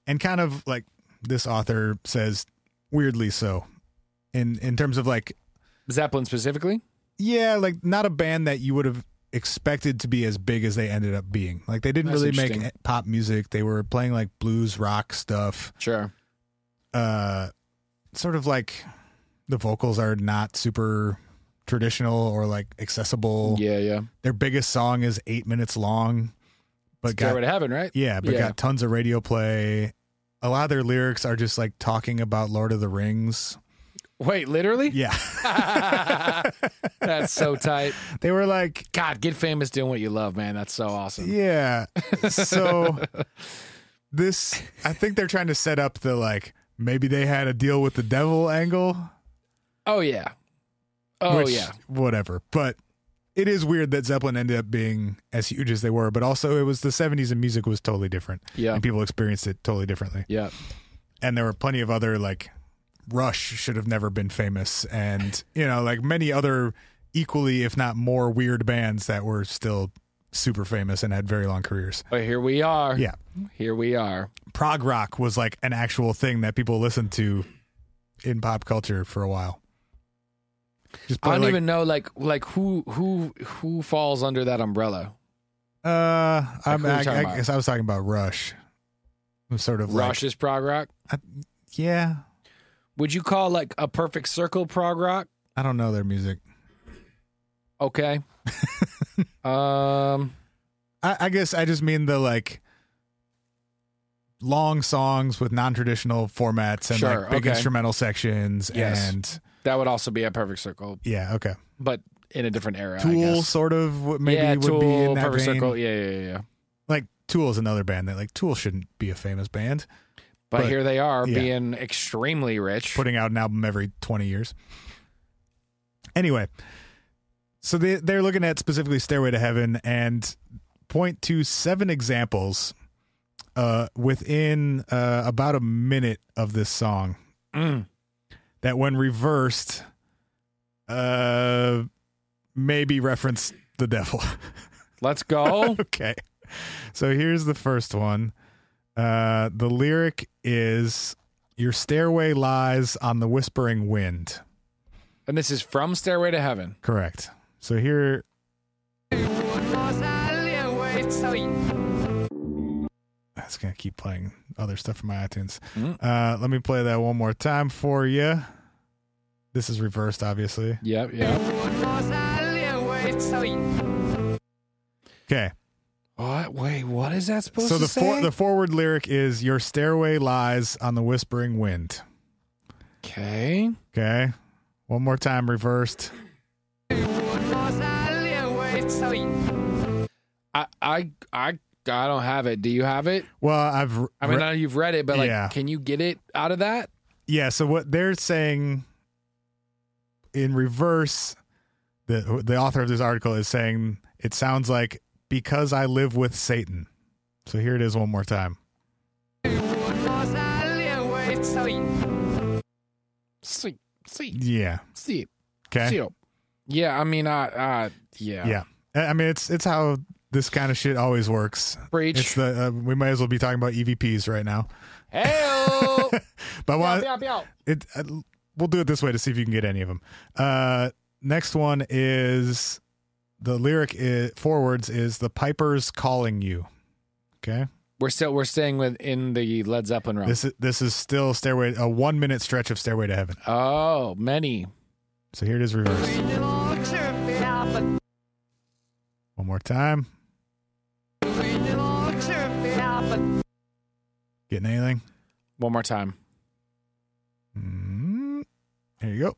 Speaker 3: and kind of like this author says, weirdly so. In in terms of like
Speaker 2: Zeppelin specifically.
Speaker 3: yeah, like not a band that you would have expected to be as big as they ended up being. Like they didn't
Speaker 2: That's
Speaker 3: really make
Speaker 2: interesting.
Speaker 3: pop music. They were playing like blues rock stuff.
Speaker 2: Sure.
Speaker 3: Uh sort of like the vocals are not super traditional or like accessible.
Speaker 2: Yeah, yeah.
Speaker 3: Their biggest song is 8 minutes long. But got,
Speaker 2: Stairway to Heaven, right?
Speaker 3: yeah, but
Speaker 2: Yeah.
Speaker 3: got tons of radio play. A lot of their lyrics are just like talking about Lord of the Rings.
Speaker 2: Wait, literally?
Speaker 3: Yeah.
Speaker 2: That's so tight.
Speaker 3: they were like
Speaker 2: God, get famous doing what you love, man. That's so awesome.
Speaker 3: Yeah. So this I think they're trying to set up the like maybe they had a deal with the devil angle.
Speaker 2: Oh yeah. Oh
Speaker 3: which-
Speaker 2: yeah.
Speaker 3: Whatever. But it is weird that Zeppelin ended up being as huge as they were, but also it was the seventies and music was totally different.
Speaker 2: Yeah.
Speaker 3: And people experienced it totally differently.
Speaker 2: Yeah.
Speaker 3: And there were plenty of other like Rush should have never been famous and you know, like many other equally, if not more weird bands that were still super famous and had very long careers.
Speaker 2: But here we are.
Speaker 3: Yeah.
Speaker 2: Here we are.
Speaker 3: prog rock was like an actual thing that people listened to in pop culture for a while. Just
Speaker 2: I
Speaker 3: play,
Speaker 2: don't
Speaker 3: like,
Speaker 2: even know like like who who who falls under that umbrella.
Speaker 3: Uh, I'm,
Speaker 2: who are you
Speaker 3: I,
Speaker 2: talking
Speaker 3: I
Speaker 2: about?
Speaker 3: guess I was talking about Rush. I'm sort of
Speaker 2: Rush is prog rock.
Speaker 3: like yeah.
Speaker 2: Would you call like a perfect circle prog rock?
Speaker 3: I don't know their music.
Speaker 2: Okay. um
Speaker 3: I, I guess I just mean the like long songs with non-traditional formats and
Speaker 2: Sure,
Speaker 3: like big
Speaker 2: okay.
Speaker 3: instrumental sections
Speaker 2: Yes.
Speaker 3: and
Speaker 2: that would also be a perfect circle,
Speaker 3: yeah okay
Speaker 2: but in a different era. I
Speaker 3: Tool
Speaker 2: guess.
Speaker 3: sort of w- maybe
Speaker 2: yeah,
Speaker 3: would
Speaker 2: Tool,
Speaker 3: be in that
Speaker 2: perfect
Speaker 3: vein.
Speaker 2: circle. Yeah, yeah, yeah, yeah.
Speaker 3: Like Tool is another band that like Tool shouldn't be a famous band.
Speaker 2: But,
Speaker 3: But-
Speaker 2: here they are
Speaker 3: yeah.
Speaker 2: being extremely rich.
Speaker 3: putting out an album every 20 years. Anyway, so they, they're looking at specifically Stairway to Heaven and point to seven examples uh, within uh, about a minute of this song
Speaker 2: Mm.
Speaker 3: that, when reversed, uh, maybe reference the devil.
Speaker 2: Let's go.
Speaker 3: okay. So here's the first one. Uh, the lyric is Your stairway lies on the whispering wind.
Speaker 2: and this is from Stairway to Heaven.
Speaker 3: Correct. So here, Ah, that's gonna keep playing other stuff from my iTunes.
Speaker 2: Mm.
Speaker 3: Uh, let me play that one more time for you. This is reversed, obviously.
Speaker 2: Yep, yep.
Speaker 3: Okay.
Speaker 2: What? Wait, what is that supposed
Speaker 3: So
Speaker 2: to
Speaker 3: the
Speaker 2: say?
Speaker 3: for, the forward lyric is "Your stairway lies on the whispering wind."
Speaker 2: okay.
Speaker 3: Okay. One more time, reversed.
Speaker 2: I, I, I, I don't have it. Do you have it?
Speaker 3: Well, I've
Speaker 2: I mean,
Speaker 3: re-
Speaker 2: I know you've read it, but like,
Speaker 3: Yeah.
Speaker 2: can you get it out of that?
Speaker 3: yeah. So what they're saying in reverse, the the author of this article is saying it sounds like "Because I live with Satan." So here it is one more time.
Speaker 2: Sweet, sweet,
Speaker 3: Yeah.
Speaker 2: sweet.
Speaker 3: Okay.
Speaker 2: Seal. Yeah, I mean, I, I yeah.
Speaker 3: Yeah. I I mean, it's it's how this kind of shit always works.
Speaker 2: Breach.
Speaker 3: It's the uh, we might as well be talking about EVPs right now.
Speaker 2: Heyo!
Speaker 3: But
Speaker 2: Pew,
Speaker 3: why
Speaker 2: pew, pew.
Speaker 3: it, uh, we'll do it this way to see if you can get any of them. Uh, next one is the lyric i forwards is the piper's calling you. Okay,
Speaker 2: We're still we're staying with in the Led Zeppelin realm.
Speaker 3: this is this is still stairway a one minute stretch of stairway to heaven.
Speaker 2: oh, many.
Speaker 3: So here it is reversed. One more time. Getting anything?
Speaker 2: One more time.
Speaker 3: Mm, here you go.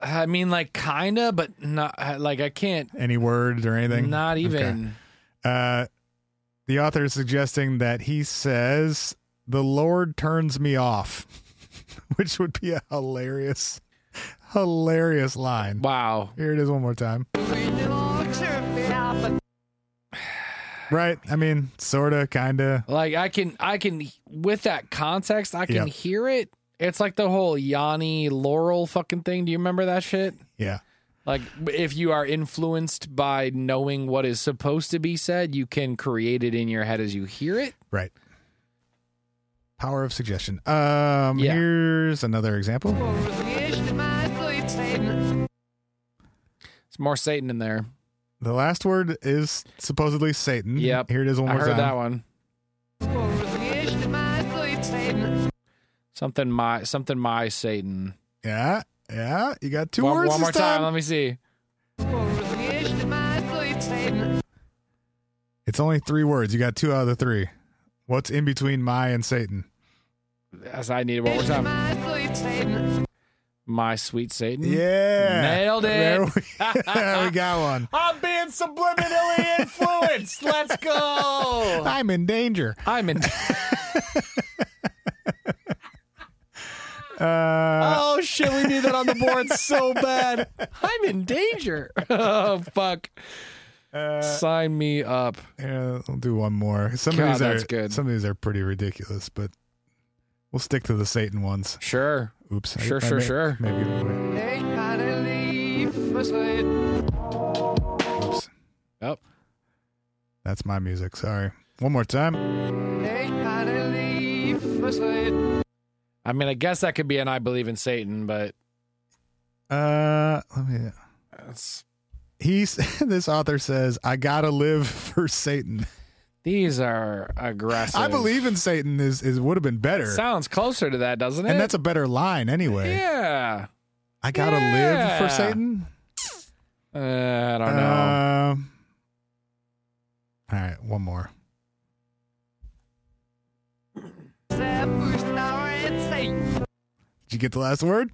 Speaker 2: I mean, like kinda, but not like I can't.
Speaker 3: Any words or anything?
Speaker 2: Not
Speaker 3: Okay.
Speaker 2: even.
Speaker 3: Uh, the author is suggesting that he says, The Lord turns me off, which would be a hilarious, hilarious line.
Speaker 2: Wow.
Speaker 3: Here it is one more time. Right. I mean, sort of, kind of.
Speaker 2: Like I can, I can with that context, I can
Speaker 3: Yep.
Speaker 2: hear it. It's like the whole Yanni Laurel fucking thing. Do you remember that shit?
Speaker 3: Yeah.
Speaker 2: Like if you are influenced by knowing what is supposed to be said, you can create it in your head as you hear it.
Speaker 3: Right. Power of suggestion. Um,
Speaker 2: Yeah.
Speaker 3: Here's another example.
Speaker 2: It's more Satan in there.
Speaker 3: The last word is supposedly Satan.
Speaker 2: Yep.
Speaker 3: Mm-hmm. Here it is one
Speaker 2: I
Speaker 3: more
Speaker 2: heard
Speaker 3: time.
Speaker 2: that one. Something my something my Satan.
Speaker 3: Yeah. Yeah. You got two
Speaker 2: one,
Speaker 3: words
Speaker 2: one
Speaker 3: this
Speaker 2: more time. Let me see.
Speaker 3: It's only three words. You got two out of the three. What's in between my and Satan?
Speaker 2: As I need it one more time. My sweet Satan.
Speaker 3: Yeah.
Speaker 2: Nailed it.
Speaker 3: There we, we got one.
Speaker 2: I'm being subliminally influenced. Let's go.
Speaker 3: I'm in danger.
Speaker 2: I'm in.
Speaker 3: Uh,
Speaker 2: Oh shit, we need that on the board so bad. I'm in danger. Oh fuck.
Speaker 3: Uh,
Speaker 2: Sign me up.
Speaker 3: yeah, I'll do one more. Some
Speaker 2: God,
Speaker 3: of these
Speaker 2: that's
Speaker 3: are
Speaker 2: good.
Speaker 3: some of these are pretty ridiculous, but we'll stick to the Satan ones.
Speaker 2: Sure.
Speaker 3: Oops. I-
Speaker 2: Sure,
Speaker 3: I
Speaker 2: sure,
Speaker 3: may-
Speaker 2: sure.
Speaker 3: Maybe. Oops.
Speaker 2: Yep.
Speaker 3: That's my music. Sorry. One more time.
Speaker 2: I mean, I guess that could be an I believe in Satan, but
Speaker 3: Uh, let me.
Speaker 2: that's-
Speaker 3: He's this author says, "I gotta live for Satan."
Speaker 2: these are aggressive.
Speaker 3: I believe in Satan is is would have been better,
Speaker 2: Sounds closer to that, doesn't it?
Speaker 3: and that's a better line anyway.
Speaker 2: yeah.
Speaker 3: I gotta live for
Speaker 2: Yeah.
Speaker 3: Satan.
Speaker 2: Uh, I don't know.
Speaker 3: Um, all right, one more. Did you get the last word?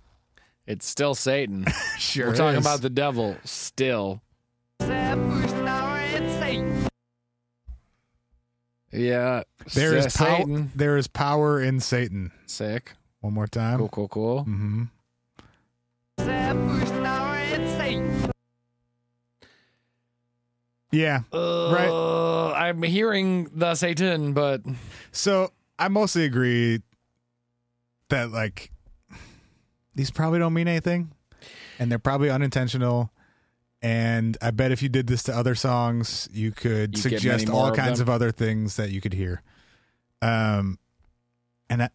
Speaker 2: it's still Satan.
Speaker 3: Sure.
Speaker 2: We're talking
Speaker 3: is.
Speaker 2: about the devil still. Yeah.
Speaker 3: there is
Speaker 2: S-
Speaker 3: pow- Um,
Speaker 2: Satan.
Speaker 3: There is power in Satan.
Speaker 2: Sick.
Speaker 3: One more time.
Speaker 2: Cool, cool, cool.
Speaker 3: Mm-hmm. Yeah. Right.
Speaker 2: Uh, I'm hearing the Satan, but
Speaker 3: So I mostly agree that like these probably don't mean anything, and they're probably unintentional. And I bet if you did this to other songs, you could
Speaker 2: You'd get many
Speaker 3: suggest
Speaker 2: more
Speaker 3: all
Speaker 2: of
Speaker 3: kinds
Speaker 2: them.
Speaker 3: of other things that you could hear. Um, and I,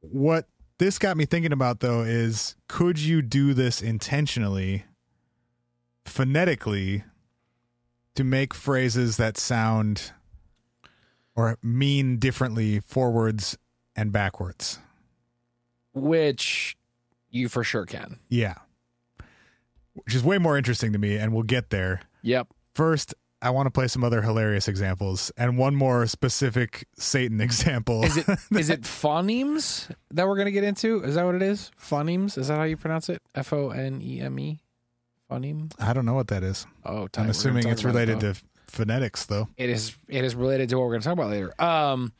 Speaker 3: what this got me thinking about though is could you do this intentionally, phonetically, to make phrases that sound or mean differently forwards and backwards.
Speaker 2: which you for sure can.
Speaker 3: Yeah. Which is way more interesting to me, and we'll get there.
Speaker 2: Yep.
Speaker 3: First, I want to play some other hilarious examples and one more specific Satan example.
Speaker 2: Is it is it phonemes that we're gonna get into? Is that what it is? Phonemes? Is that how you pronounce it? F O N E M E. Phoneme.
Speaker 3: I don't know what that is.
Speaker 2: Oh, tight.
Speaker 3: I'm
Speaker 2: We're gonna
Speaker 3: assuming
Speaker 2: talk
Speaker 3: it's
Speaker 2: about it,
Speaker 3: related
Speaker 2: though.
Speaker 3: to phonetics, though.
Speaker 2: It is. It is related to what we're gonna talk about later. Um.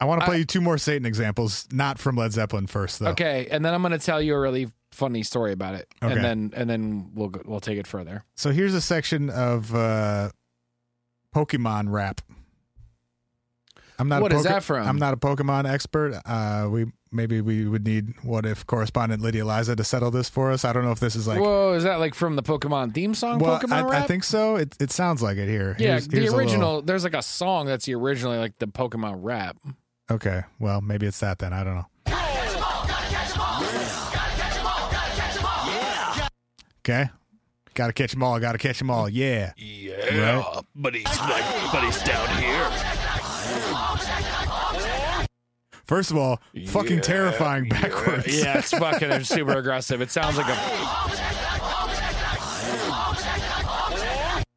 Speaker 3: I want to play
Speaker 2: I-
Speaker 3: you two more Satan examples, not from Led Zeppelin first, though.
Speaker 2: Okay, and then I'm gonna tell you a really funny story about it,
Speaker 3: Okay.
Speaker 2: and then and then we'll go, we'll take it further.
Speaker 3: So here's a section of uh, Pokemon rap. I'm not.
Speaker 2: What
Speaker 3: a
Speaker 2: is that from?
Speaker 3: I'm not a Pokemon expert. Uh, we maybe we would need what if correspondent Lydia Liza to settle this for us. I don't know if this is like.
Speaker 2: Whoa, is that like from the Pokemon theme song?
Speaker 3: well,
Speaker 2: Pokemon
Speaker 3: I,
Speaker 2: rap?
Speaker 3: I think so. It it sounds like it here.
Speaker 2: Yeah,
Speaker 3: Here's-
Speaker 2: the
Speaker 3: here's a little-
Speaker 2: original. There's like a song that's the originally like the Pokemon rap.
Speaker 3: okay, well maybe it's that then. I don't know. Okay, gotta catch them all. Gotta catch them all. Yeah.
Speaker 5: Yeah, but he's like, but he's down here.
Speaker 3: First of all, fucking terrifying backwards.
Speaker 2: Yeah, it's fucking super aggressive. It sounds like a.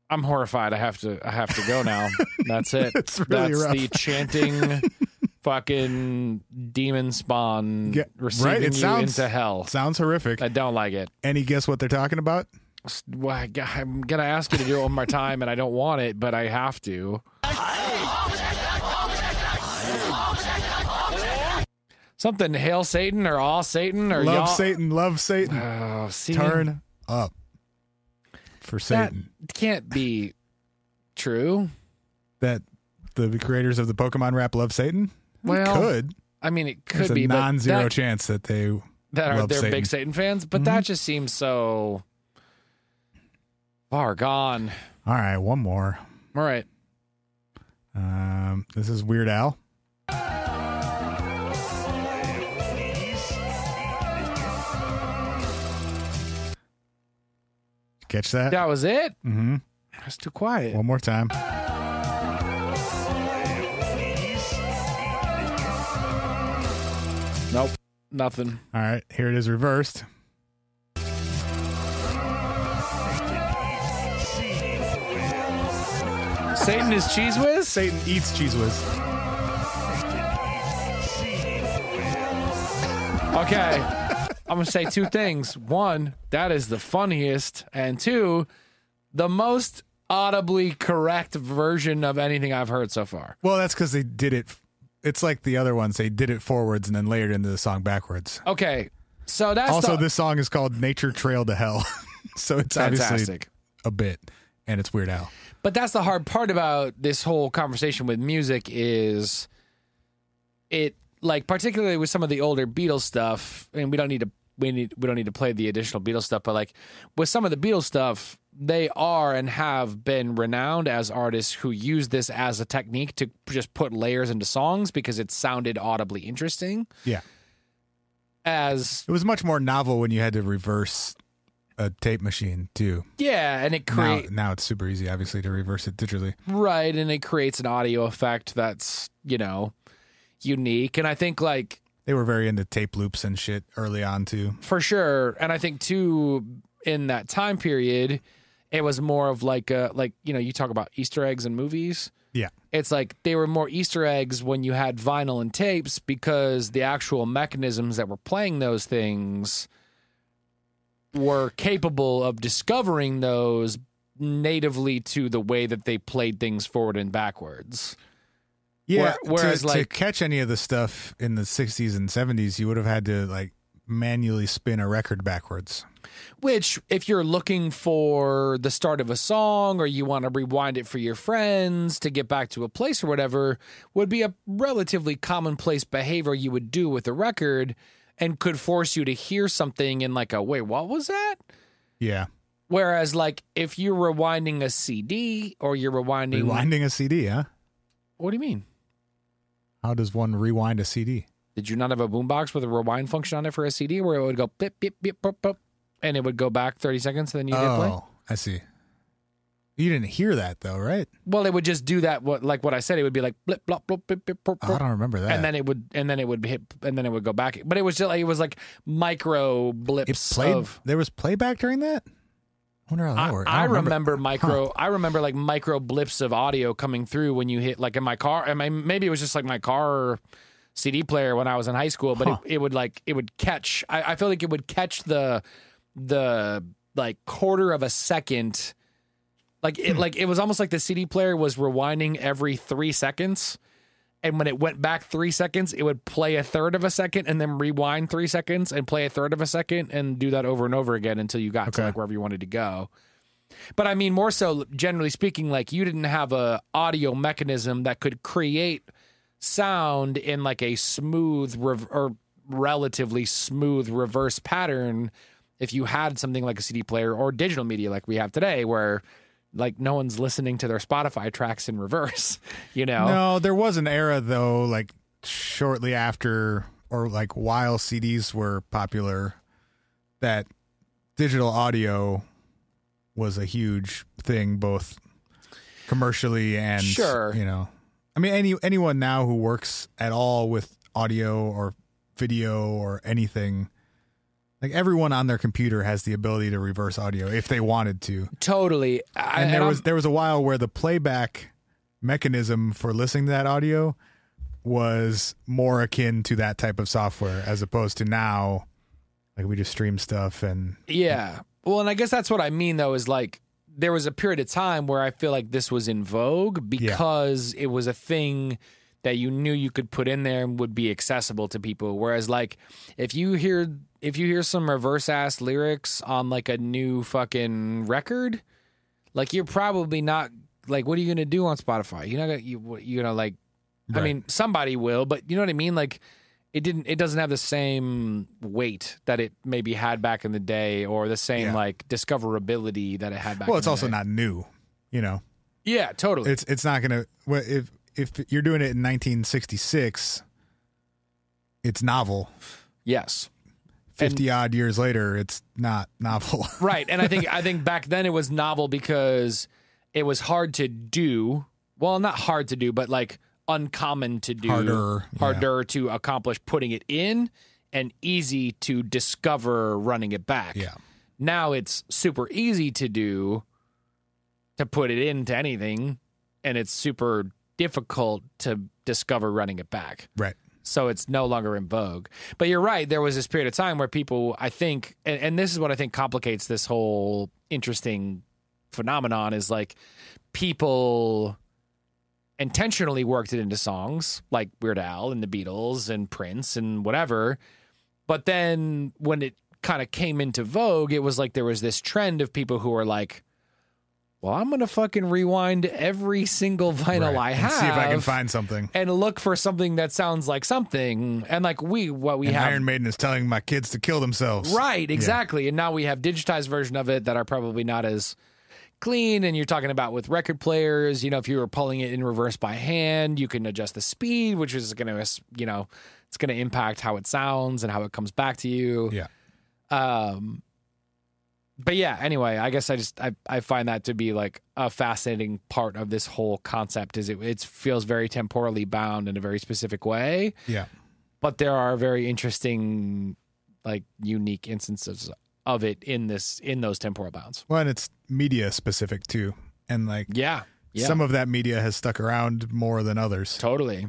Speaker 2: I'm horrified. I have to. I have to go now. That's it.
Speaker 3: It's really
Speaker 2: That's
Speaker 3: rough.
Speaker 2: the chanting, fucking demon spawn
Speaker 3: Yeah,
Speaker 2: receiving
Speaker 3: right? It
Speaker 2: you
Speaker 3: sounds-
Speaker 2: into hell.
Speaker 3: Sounds horrific.
Speaker 2: I don't like it.
Speaker 3: Any guess what they're talking about?
Speaker 2: S- Well, I g- I'm gonna ask you to do it one more time, and I don't want it, but I have to. Something hail Satan or all Satan or
Speaker 3: Love
Speaker 2: y'all.
Speaker 3: Satan, love Satan.
Speaker 2: Oh, see,
Speaker 3: Turn up for
Speaker 2: that
Speaker 3: Satan.
Speaker 2: can't be true.
Speaker 3: That, the creators of the Pokemon rap love Satan?
Speaker 2: Well,
Speaker 3: Could.
Speaker 2: I mean, it could
Speaker 3: There's
Speaker 2: be
Speaker 3: a
Speaker 2: but
Speaker 3: non-zero
Speaker 2: that,
Speaker 3: chance that they
Speaker 2: that are
Speaker 3: love
Speaker 2: they're
Speaker 3: Satan. Mm-hmm.
Speaker 2: big Satan fans, but that just seems so far gone.
Speaker 3: All right, one more.
Speaker 2: All right,
Speaker 3: Um, this is Weird Al. Catch that?
Speaker 2: that was it.
Speaker 3: Mm-hmm.
Speaker 2: That's too quiet.
Speaker 3: One more time.
Speaker 2: nope, nothing.
Speaker 3: All right, here it is reversed.
Speaker 2: Satan is cheese whiz.
Speaker 3: Satan eats Cheese Whiz.
Speaker 2: Okay. I'm going to say two things. One, that is the funniest. And two, the most audibly correct version of anything I've heard so far.
Speaker 3: Well, that's because they did it. It's like the other ones. They did it forwards and then layered into the song backwards.
Speaker 2: Okay. So that's
Speaker 3: Also,
Speaker 2: the-
Speaker 3: this song is called Nature Trail to Hell. so it's obviously
Speaker 2: fantastic.
Speaker 3: a bit, and it's Weird Al.
Speaker 2: But that's the hard part about this whole conversation with music is it like particularly with some of the older Beatles stuff, and we don't need to we need we don't need to play the additional Beatles stuff, but like with some of the Beatles stuff, they are and have been renowned as artists who use this as a technique to just put layers into songs because it sounded audibly interesting.
Speaker 3: Yeah.
Speaker 2: As
Speaker 3: It was much more novel when you had to reverse a tape machine too.
Speaker 2: yeah, and it
Speaker 3: Now,
Speaker 2: create
Speaker 3: now it's super easy, obviously, to reverse it digitally.
Speaker 2: Right, and it creates an audio effect that's, you know, unique. And I think like
Speaker 3: They were very into tape loops and shit early on too.
Speaker 2: for sure, and I think too in that time period, it was more of like a like, you know, you talk about Easter eggs in movies.
Speaker 3: Yeah,
Speaker 2: It's like they were more Easter eggs when you had vinyl and tapes because the actual mechanisms that were playing those things were capable of discovering those natively to the way that they played things forward and backwards.
Speaker 3: yeah.
Speaker 2: Where- whereas,
Speaker 3: to,
Speaker 2: like-
Speaker 3: to catch any of the stuff in the '60s and '70s, you would have had to like manually spin a record backwards.
Speaker 2: Which, if you're looking for the start of a song or you want to rewind it for your friends to get back to a place or whatever, would be a relatively commonplace behavior you would do with a record and could force you to hear something in like a wait, what was that?
Speaker 3: Yeah,
Speaker 2: Whereas, like, if you're rewinding a CD or you're rewinding.
Speaker 3: rewinding a CD. Huh?
Speaker 2: What do you mean?
Speaker 3: How does one rewind a CD?
Speaker 2: Did you not have a boombox with a rewind function on it for a CD where it would go bip, bip, bip, bip, bip, and it would go back 30 seconds and then you did play?
Speaker 3: oh, I see. You didn't hear that though, right?
Speaker 2: Well, it would just do that. What like what I said, it would be like blip blop blop blip blip blop,
Speaker 3: Oh, I
Speaker 2: blop,
Speaker 3: don't remember that.
Speaker 2: and then it would and then it would hit and then it would go back. But it was just like it was like micro blips
Speaker 3: played.
Speaker 2: of.
Speaker 3: There was playback during that. I wonder how that
Speaker 2: I,
Speaker 3: worked.
Speaker 2: I
Speaker 3: don't
Speaker 2: remember, micro. I remember like micro blips of audio coming through when you hit like in my car. I mean, maybe it was just like my car CD player when I was in high school, but
Speaker 3: Huh.
Speaker 2: it, it would like it would catch. I, I feel like it would catch the the like quarter of a second. Like it, like it was almost like the CD player was rewinding every three seconds, and when it went back three seconds, it would play a third of a second and then rewind three seconds and play a third of a second and do that over and over again until you got to
Speaker 3: Okay.
Speaker 2: like wherever you wanted to go. But I mean, more so, generally speaking, like you didn't have a audio mechanism that could create sound in like a smooth rev- or relatively smooth reverse pattern if you had something like a CD player or digital media like we have today where like no one's listening to their Spotify tracks in reverse, you know.
Speaker 3: No, there was an era though, like shortly after or like while CDs were popular, that digital audio was a huge thing, both commercially and
Speaker 2: Sure.
Speaker 3: You know, I mean, any anyone now who works at all with audio or video or anything. Like everyone on their computer has the ability to reverse audio if they wanted to.
Speaker 2: Totally. I,
Speaker 3: And there
Speaker 2: I'm-
Speaker 3: was there was a while where the playback mechanism for listening to that audio was more akin to that type of software as opposed to now like we just stream stuff and
Speaker 2: Yeah. Well, and I guess that's what I mean though is like there was a period of time where I feel like this was in vogue because it was a thing that you knew you could put in there and would be accessible to people. Whereas like if you hear if you hear some reverse ass lyrics on like a new fucking record, like you're probably not like what are you gonna do on Spotify? You're not gonna you what- you know like I
Speaker 3: Right.
Speaker 2: mean somebody will, but you know what I mean like it didn't it doesn't have the same weight that it maybe had back in the day or the same
Speaker 3: Yeah.
Speaker 2: like discoverability that it had back
Speaker 3: well
Speaker 2: in
Speaker 3: it's
Speaker 2: the
Speaker 3: also
Speaker 2: day.
Speaker 3: not new, you know.
Speaker 2: yeah totally
Speaker 3: It's it's not gonna well, if if you're doing it in 1966, it's novel.
Speaker 2: yes
Speaker 3: Fifty odd years later, it's not novel.
Speaker 2: right and i think i think back then it was novel because it was hard to do well not hard to do but like uncommon to do
Speaker 3: Harder, yeah.
Speaker 2: harder to accomplish putting it in and easy to discover running it back
Speaker 3: Yeah.
Speaker 2: now it's super easy to do to put it into anything and it's super difficult to discover running it back
Speaker 3: right.
Speaker 2: so it's no longer in vogue. But you're right, there was this period of time where people, I think, and, and this is what I think complicates this whole interesting phenomenon is like people intentionally worked it into songs like Weird Al and the Beatles and Prince and whatever. But then when it kind of came into vogue, it was like there was this trend of people who were like, well, I'm going to fucking rewind every single vinyl
Speaker 3: Right.
Speaker 2: I
Speaker 3: And
Speaker 2: have
Speaker 3: see if I can find something.
Speaker 2: and look for something that sounds like something. And like we, what we
Speaker 3: And
Speaker 2: have,
Speaker 3: Iron Maiden is telling my kids to kill themselves.
Speaker 2: right? Exactly. And now we have digitized version of it that are probably not as clean. And you're talking about with record players, you know, if you were pulling it in reverse by hand, you can adjust the speed, which is going to, you know, it's going to impact how it sounds and how it comes back to you.
Speaker 3: Yeah.
Speaker 2: Um, but yeah, anyway, I guess I just I, I find that to be like a fascinating part of this whole concept is it it feels very temporally bound in a very specific way,
Speaker 3: Yeah.
Speaker 2: but there are very interesting like unique instances of it in this in those temporal bounds.
Speaker 3: Well, and it's media specific too, and like
Speaker 2: Yeah. Yeah.
Speaker 3: some of that media has stuck around more than others.
Speaker 2: totally.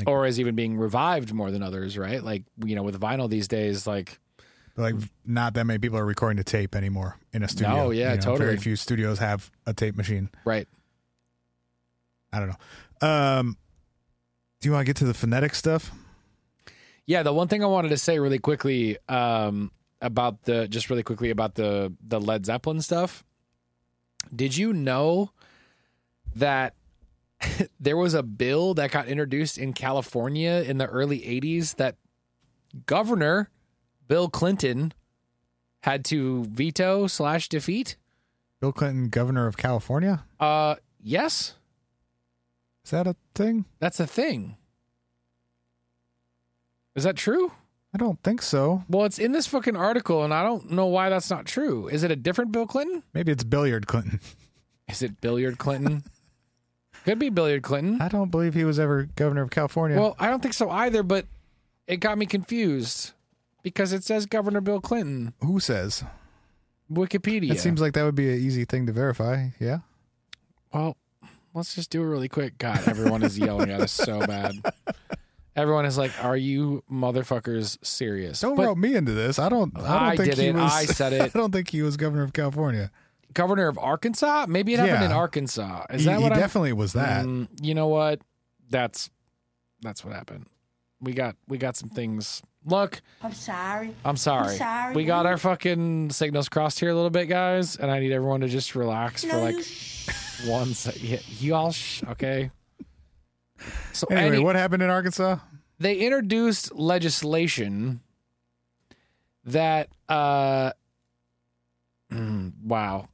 Speaker 3: Like-
Speaker 2: Or is even being revived more than others, right? Like you know, with vinyl these days, like
Speaker 3: Like, not that many people are recording to tape anymore in a studio.
Speaker 2: No, yeah,
Speaker 3: you know,
Speaker 2: totally.
Speaker 3: Very few studios have a tape machine.
Speaker 2: right.
Speaker 3: I don't know. Um, do you want to get to the phonetic stuff?
Speaker 2: Yeah, the one thing I wanted to say really quickly um, about the just really quickly about the the Led Zeppelin stuff. Did you know that there was a bill that got introduced in California in the early '80s that Governor Bill Clinton had to veto slash defeat?
Speaker 3: Bill Clinton, governor of California,
Speaker 2: Uh, yes,
Speaker 3: is that a thing?
Speaker 2: that's a thing. Is that true?
Speaker 3: I don't think so.
Speaker 2: Well, it's in this fucking article, and I don't know why that's not true. Is it a different Bill Clinton?
Speaker 3: Maybe it's billiard Clinton.
Speaker 2: Is it Billiard Clinton? Could be Billiard Clinton.
Speaker 3: I don't believe he was ever governor of California.
Speaker 2: Well, I don't think so either, but it got me confused because it says Governor Bill Clinton.
Speaker 3: who says?
Speaker 2: Wikipedia.
Speaker 3: It seems like that would be an easy thing to verify. Yeah.
Speaker 2: well, let's just do it really quick. God, everyone is yelling at us so bad. Everyone is like, "Are you motherfuckers serious?"
Speaker 3: Don't
Speaker 2: But
Speaker 3: rope me into this. I don't. I don't
Speaker 2: I
Speaker 3: think
Speaker 2: did
Speaker 3: he
Speaker 2: it.
Speaker 3: was.
Speaker 2: I said it.
Speaker 3: I don't think he was governor of California.
Speaker 2: Governor of Arkansas? Maybe it happened
Speaker 3: Yeah.
Speaker 2: in Arkansas. Is
Speaker 3: he
Speaker 2: that
Speaker 3: he
Speaker 2: what I'm
Speaker 3: definitely was that.
Speaker 2: Mm, you know what? That's that's what happened. We got we got some things. Look,
Speaker 1: I'm sorry.
Speaker 2: I'm sorry.
Speaker 1: sorry,
Speaker 2: we got
Speaker 1: dude.
Speaker 2: our fucking signals crossed here a little bit, guys, and I need everyone to just relax for
Speaker 1: No,
Speaker 2: like
Speaker 1: you sh-
Speaker 2: one second. Yeah, you all sh- okay? So
Speaker 3: Anyway,
Speaker 2: any-
Speaker 3: what happened in Arkansas?
Speaker 2: they introduced legislation that uh mm, wow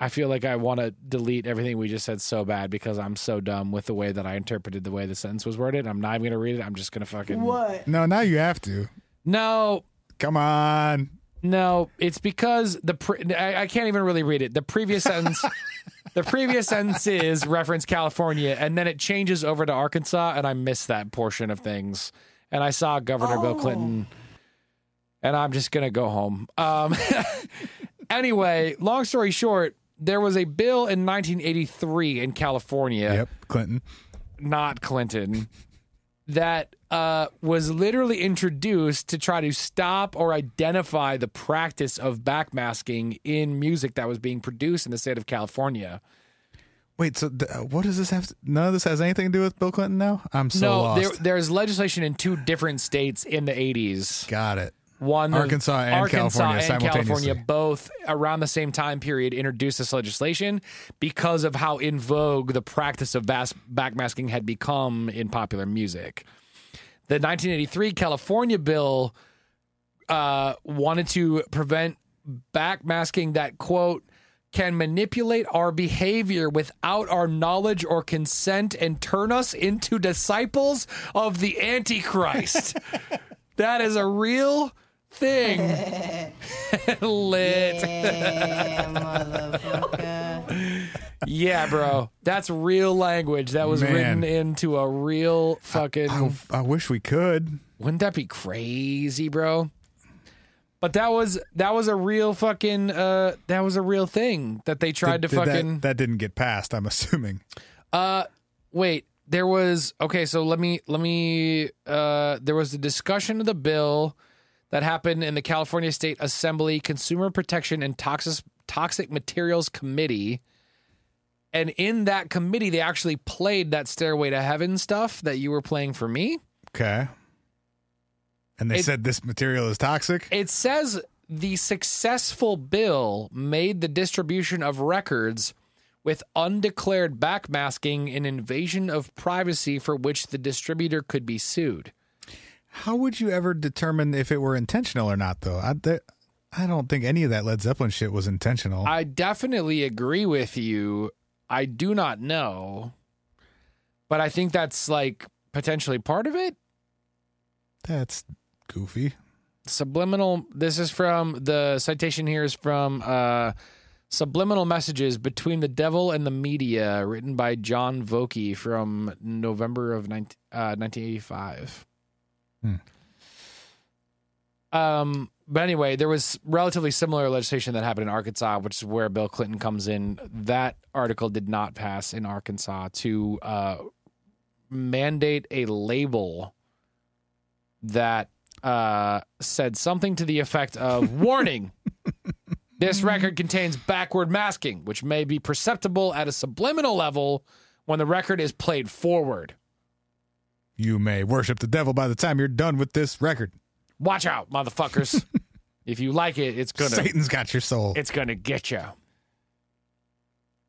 Speaker 2: i feel like i want to delete everything we just said so bad because i'm so dumb with the way that i interpreted the way the sentence was worded i'm not even gonna read it i'm just gonna fucking
Speaker 1: what?
Speaker 3: No, now you have to.
Speaker 2: no
Speaker 3: Come on.
Speaker 2: no it's because the pre- I, I can't even really read it the previous sentence the previous sentence is reference california and then it changes over to arkansas and i miss that portion of things and I saw Governor Bill
Speaker 1: Oh.
Speaker 2: Clinton, and I'm just gonna go home. Um, anyway, long story short, there was a bill in 1983 in California
Speaker 3: Yep, Clinton.
Speaker 2: not Clinton, that uh, was literally introduced to try to stop or identify the practice of backmasking in music that was being produced in the state of California.
Speaker 3: Wait, so th- uh, what does this have? To- None of this has anything to do with Bill Clinton now. I'm so
Speaker 2: no,
Speaker 3: lost.
Speaker 2: there, there's legislation in two different states in the 80s.
Speaker 3: Got it.
Speaker 2: One of-
Speaker 3: Arkansas and
Speaker 2: Arkansas
Speaker 3: California
Speaker 2: and California
Speaker 3: simultaneously.
Speaker 2: both around the same time period introduced this legislation because of how in vogue the practice of bas- backmasking had become in popular music. The 1983 California bill uh, wanted to prevent backmasking that quote can manipulate our behavior without our knowledge or consent and turn us into disciples of the antichrist that is a real thing lit
Speaker 1: Yeah, motherfucker.
Speaker 2: yeah bro that's real language that was
Speaker 3: Man.
Speaker 2: written into a real fucking
Speaker 3: I, I wish we could.
Speaker 2: Wouldn't that be crazy, bro? But that was that was a real fucking uh that was a real thing that they tried
Speaker 3: Did-
Speaker 2: to
Speaker 3: did that-
Speaker 2: fucking
Speaker 3: That, didn't get passed. I'm assuming.
Speaker 2: wait there was okay so let me let me uh there was a discussion of the bill that happened in the california state assembly consumer protection and toxic toxic materials committee and in that committee they actually played that stairway to heaven stuff that you were playing for me
Speaker 3: Okay. And they
Speaker 2: It-
Speaker 3: said this material is toxic.
Speaker 2: It says the successful bill made the distribution of records with undeclared backmasking an invasion of privacy for which the distributor could be sued.
Speaker 3: How would you ever determine if it were intentional or not, though? I, th- I don't think any of that Led Zeppelin shit was intentional.
Speaker 2: I definitely agree with you. I do not know, but I think that's like potentially part of it.
Speaker 3: That's goofy.
Speaker 2: Subliminal. This is from the citation here is from uh, Subliminal Messages Between the Devil and the Media, written by John Vokey from November of 19, uh, 1985.
Speaker 3: Hmm.
Speaker 2: Um, but anyway, there was relatively similar legislation that happened in Arkansas, which is where Bill Clinton comes in. That article did not pass in Arkansas to uh, mandate a label that uh, said something to the effect of warning. This record contains backward masking, which may be perceptible at a subliminal level when the record is played forward.
Speaker 3: You may worship the devil by the time you're done with this record.
Speaker 2: Watch out, motherfuckers. if you like it, it's gonna
Speaker 3: Satan's got your soul.
Speaker 2: it's gonna get you.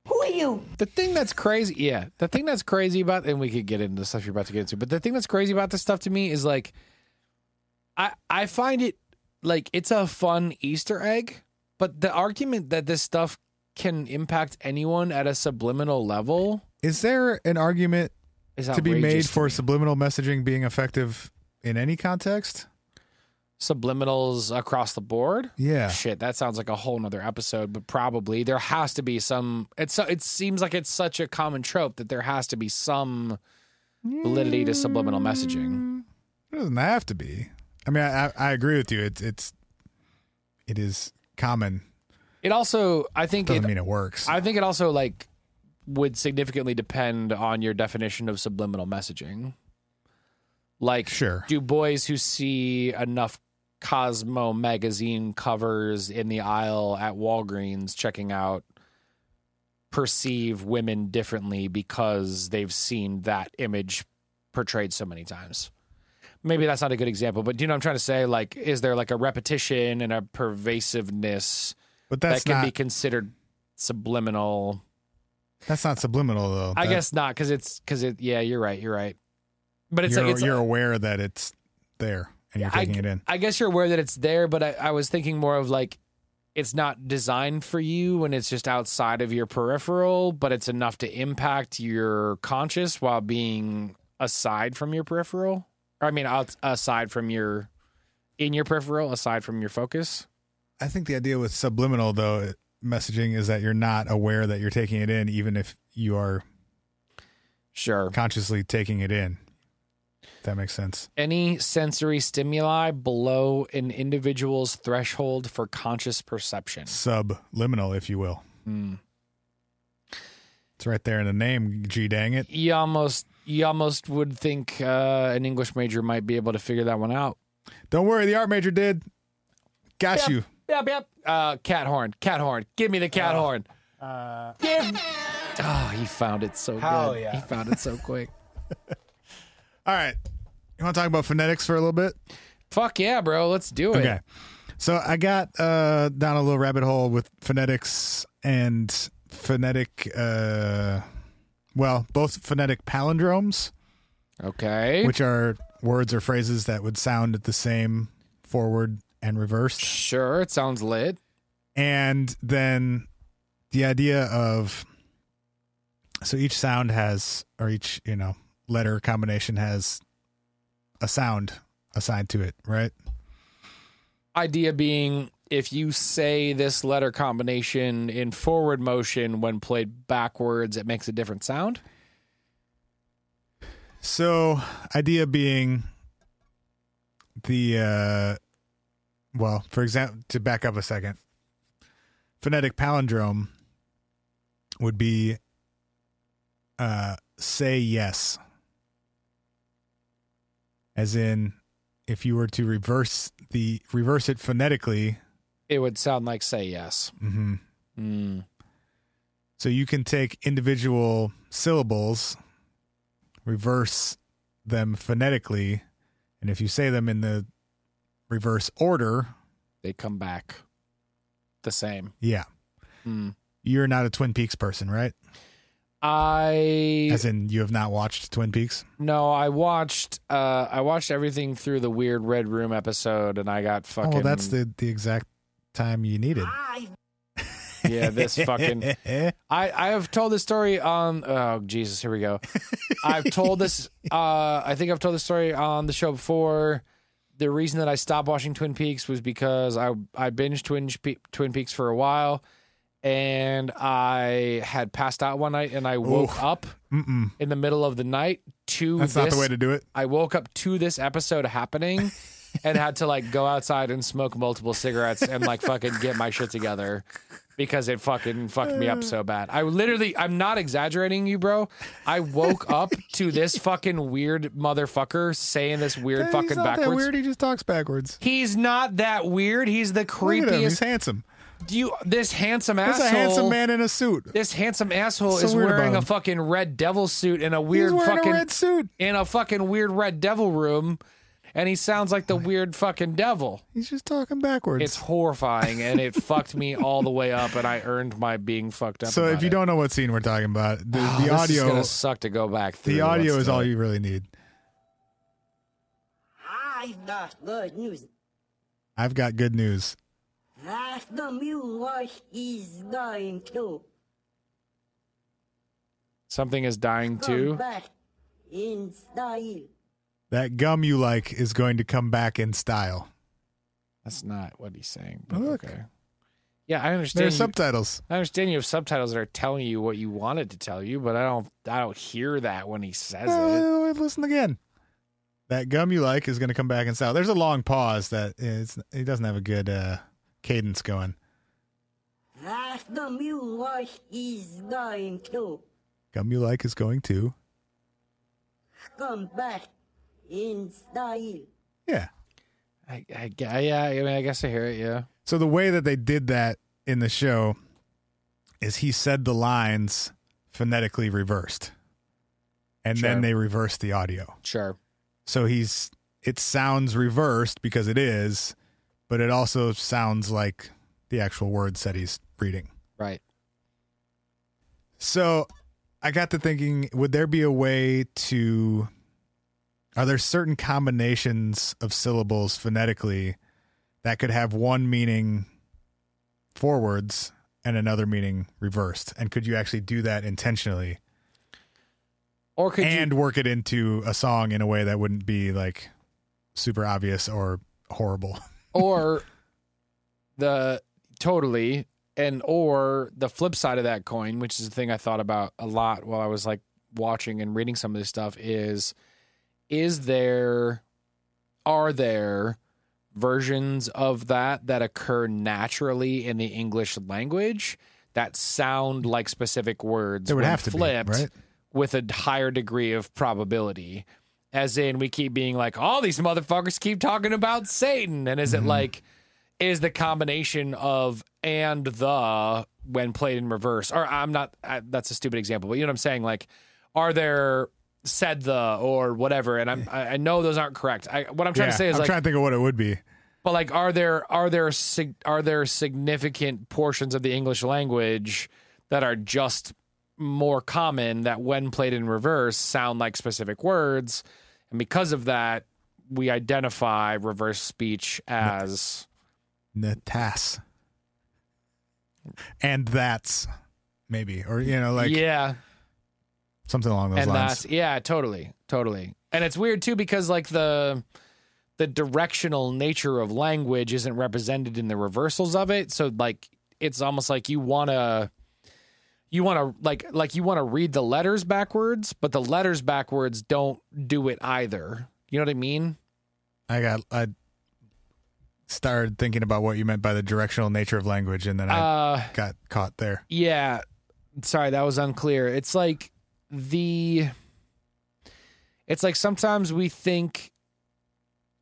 Speaker 1: Who are you?
Speaker 2: The thing that's crazy, yeah, the thing that's crazy about, and we could get into the stuff you're about to get into, but the thing that's crazy about this stuff to me is like, I I find it like it's a fun Easter egg, but the argument that this stuff can impact anyone at a subliminal level
Speaker 3: Is there an argument
Speaker 2: is
Speaker 3: to be made
Speaker 2: outrageous to
Speaker 3: for
Speaker 2: me.
Speaker 3: subliminal messaging being effective in any context?
Speaker 2: subliminals across the board.
Speaker 3: Yeah.
Speaker 2: Shit, that sounds like a whole nother episode, but probably there has to be some. It's so- it seems like it's such a common trope that there has to be some validity to subliminal messaging.
Speaker 3: It doesn't have to be. I mean, I, I, I agree with you. It's it's it is common.
Speaker 2: It also, I think,
Speaker 3: Doesn't
Speaker 2: it,
Speaker 3: mean it works.
Speaker 2: I think it also like would significantly depend on your definition of subliminal messaging. Like,
Speaker 3: Sure.
Speaker 2: do boys who see enough Cosmo magazine covers in the aisle at Walgreens checking out perceive women differently because they've seen that image portrayed so many times? Maybe that's not a good example, but do you know what I'm trying to say? Like, is there like a repetition and a pervasiveness
Speaker 3: But that's
Speaker 2: that can
Speaker 3: not
Speaker 2: be considered subliminal?
Speaker 3: that's not subliminal though.
Speaker 2: I
Speaker 3: That-
Speaker 2: guess not because it's because it. Yeah, you're right. You're right. But it's
Speaker 3: you're,
Speaker 2: like it's
Speaker 3: you're aware that it's there and you're
Speaker 2: I-
Speaker 3: taking it in.
Speaker 2: I guess you're aware that it's there, but I, I was thinking more of like it's not designed for you and it's just outside of your peripheral, but it's enough to impact your conscious while being aside from your peripheral. Or, I mean, out, aside from your in your peripheral, aside from your focus.
Speaker 3: I think the idea with subliminal though messaging is that you're not aware that you're taking it in, even if you are
Speaker 2: Sure.
Speaker 3: consciously taking it in. That makes sense.
Speaker 2: any sensory stimuli below an individual's threshold for conscious perception.
Speaker 3: Subliminal, if you will.
Speaker 2: Hmm.
Speaker 3: It's right there in the name. G dang it.
Speaker 2: You almost you almost would think uh, an English major might be able to figure that one out.
Speaker 3: Don't worry, the art major did. Got
Speaker 2: Yep.
Speaker 3: you.
Speaker 2: Yep, yep. Uh, cat horn, cat horn. Give me the cat horn. Give. Oh, he found it so
Speaker 5: Uh, Hell
Speaker 2: good.
Speaker 5: yeah.
Speaker 2: He found it so quick.
Speaker 3: All right. You want to talk about phonetics for a little bit?
Speaker 2: Fuck yeah, bro. Let's do it.
Speaker 3: Okay. So I got uh, down a little rabbit hole with phonetics and phonetic, uh, well, both phonetic palindromes,
Speaker 2: Okay.
Speaker 3: which are words or phrases that would sound the same forward and reversed.
Speaker 2: sure, it sounds lit.
Speaker 3: and then the idea of so each sound has or each you know letter combination has a sound assigned to it right
Speaker 2: Idea being if you say this letter combination in forward motion when played backwards, it makes a different sound.
Speaker 3: so idea being the uh well for example to back up a second phonetic palindrome would be uh say yes as in if you were to reverse the reverse it phonetically
Speaker 2: It would sound like say yes.
Speaker 3: mhm
Speaker 2: Mm.
Speaker 3: So you can take individual syllables, reverse them phonetically, and if you say them in the reverse order,
Speaker 2: They come back the same.
Speaker 3: yeah,
Speaker 2: Mm.
Speaker 3: you're not a Twin Peaks person, right?
Speaker 2: I
Speaker 3: As in, you have not watched Twin Peaks.
Speaker 2: No, I watched uh I watched everything through the weird red room episode and I got
Speaker 3: Oh,
Speaker 2: fucking
Speaker 3: well, that's the the exact time you needed.
Speaker 2: Yeah, this fucking I I have told this story on oh Jesus, here we go. I've told this uh I think I've told this story on the show before. The reason that I stopped watching Twin Peaks was because I I binged Twin Pe- Twin Peaks for a while and I had passed out one night and I woke
Speaker 3: Oof.
Speaker 2: up
Speaker 3: Mm-mm.
Speaker 2: in the middle of the night to
Speaker 3: That's
Speaker 2: this
Speaker 3: not the way to do it.
Speaker 2: I woke up to this episode happening and had to like go outside and smoke multiple cigarettes and like fucking get my shit together because it fucking fucked me up so bad. I literally, I'm not exaggerating you, bro. I woke up to this fucking weird motherfucker saying this weird
Speaker 3: Hey,
Speaker 2: fucking
Speaker 3: he's not that
Speaker 2: backwards.
Speaker 3: weird. He just talks backwards.
Speaker 2: He's not that weird. He's the
Speaker 3: Look at him. He's
Speaker 2: creepiest.
Speaker 3: handsome.
Speaker 2: you, this handsome
Speaker 3: That's
Speaker 2: asshole.
Speaker 3: a handsome man in a suit.
Speaker 2: This handsome asshole
Speaker 3: So
Speaker 2: is
Speaker 3: weird about
Speaker 2: wearing a
Speaker 3: him.
Speaker 2: fucking red devil suit and a weird
Speaker 3: he's wearing
Speaker 2: fucking
Speaker 3: a red suit.
Speaker 2: in a fucking weird red devil room and he sounds like the weird fucking devil.
Speaker 3: He's just talking backwards.
Speaker 2: It's horrifying and it fucked me all the way up and I earned my being fucked up.
Speaker 3: So if
Speaker 2: about
Speaker 3: you
Speaker 2: it.
Speaker 3: don't know what scene we're talking about, the,
Speaker 2: Oh,
Speaker 3: the
Speaker 2: this is
Speaker 3: audio
Speaker 2: gonna suck to go back through.
Speaker 3: the audio
Speaker 2: Let's
Speaker 3: is
Speaker 2: do
Speaker 3: all
Speaker 2: it.
Speaker 3: you really need.
Speaker 6: I've got good news.
Speaker 3: I've got good news.
Speaker 6: That the moonwatch is going to
Speaker 2: Something is dying
Speaker 6: come
Speaker 2: too.
Speaker 6: back in style.
Speaker 3: That gum you like is going to come back in style.
Speaker 2: That's not what he's saying. But
Speaker 3: Look.
Speaker 2: okay. Yeah, I
Speaker 3: There are
Speaker 2: understand. you-
Speaker 3: subtitles.
Speaker 2: I understand you have subtitles that are telling you what you wanted to tell you, but I don't I don't hear that when he says it.
Speaker 3: Uh, listen again. That gum you like is going to come back in style. There's a long pause that it's it doesn't have a good uh, cadence going.
Speaker 6: That the moonwatch is going to
Speaker 3: Gum you like is going to
Speaker 6: come back in style.
Speaker 3: yeah.
Speaker 2: I, I, gu- yeah, I mean, I guess I hear it. Yeah.
Speaker 3: So the way that they did that in the show is he said the lines phonetically reversed, and
Speaker 2: Sure.
Speaker 3: then they reversed the audio.
Speaker 2: Sure.
Speaker 3: So he's it sounds reversed because it is, but it also sounds like the actual words that he's reading.
Speaker 2: Right.
Speaker 3: So I got to thinking, would there be a way to are there certain combinations of syllables phonetically that could have one meaning forwards and another meaning reversed? And could you actually do that intentionally
Speaker 2: Or could you
Speaker 3: and work it into a song in a way that wouldn't be like super obvious or horrible?
Speaker 2: or the totally and or the flip side of that coin which is the thing i thought about a lot while i was like watching and reading some of this stuff is is there are there versions of that that occur naturally in the English language that sound like specific words
Speaker 3: There would
Speaker 2: when
Speaker 3: have to be,
Speaker 2: flipped
Speaker 3: right?
Speaker 2: with a higher degree of probability as in we keep being like all these motherfuckers keep talking about satan and is
Speaker 3: Mm-hmm.
Speaker 2: it like is the combination of and the when played in reverse or i'm not I, that's a stupid example but you know what i'm saying like are there said the or whatever and i'm i, I know those aren't correct I, what i'm trying
Speaker 3: yeah,
Speaker 2: to say is
Speaker 3: I'm
Speaker 2: like
Speaker 3: trying to think of what it would be.
Speaker 2: but like are there are there sig- are there significant portions of the english language that are just more common that when played in reverse sound like specific words and because of that we identify reverse speech as
Speaker 3: Natas. And that's maybe, or you know, like
Speaker 2: yeah
Speaker 3: something along those
Speaker 2: and
Speaker 3: lines.
Speaker 2: that's yeah totally totally and it's weird too because like the the directional nature of language isn't represented in the reversals of it so like it's almost like you want to you want to like like you want to read the letters backwards but the letters backwards don't do it either you know what i mean
Speaker 3: I got I started thinking about what you meant by the directional nature of language, and then I
Speaker 2: uh
Speaker 3: got caught there.
Speaker 2: Yeah. Sorry, that was unclear. It's like the It's like sometimes we think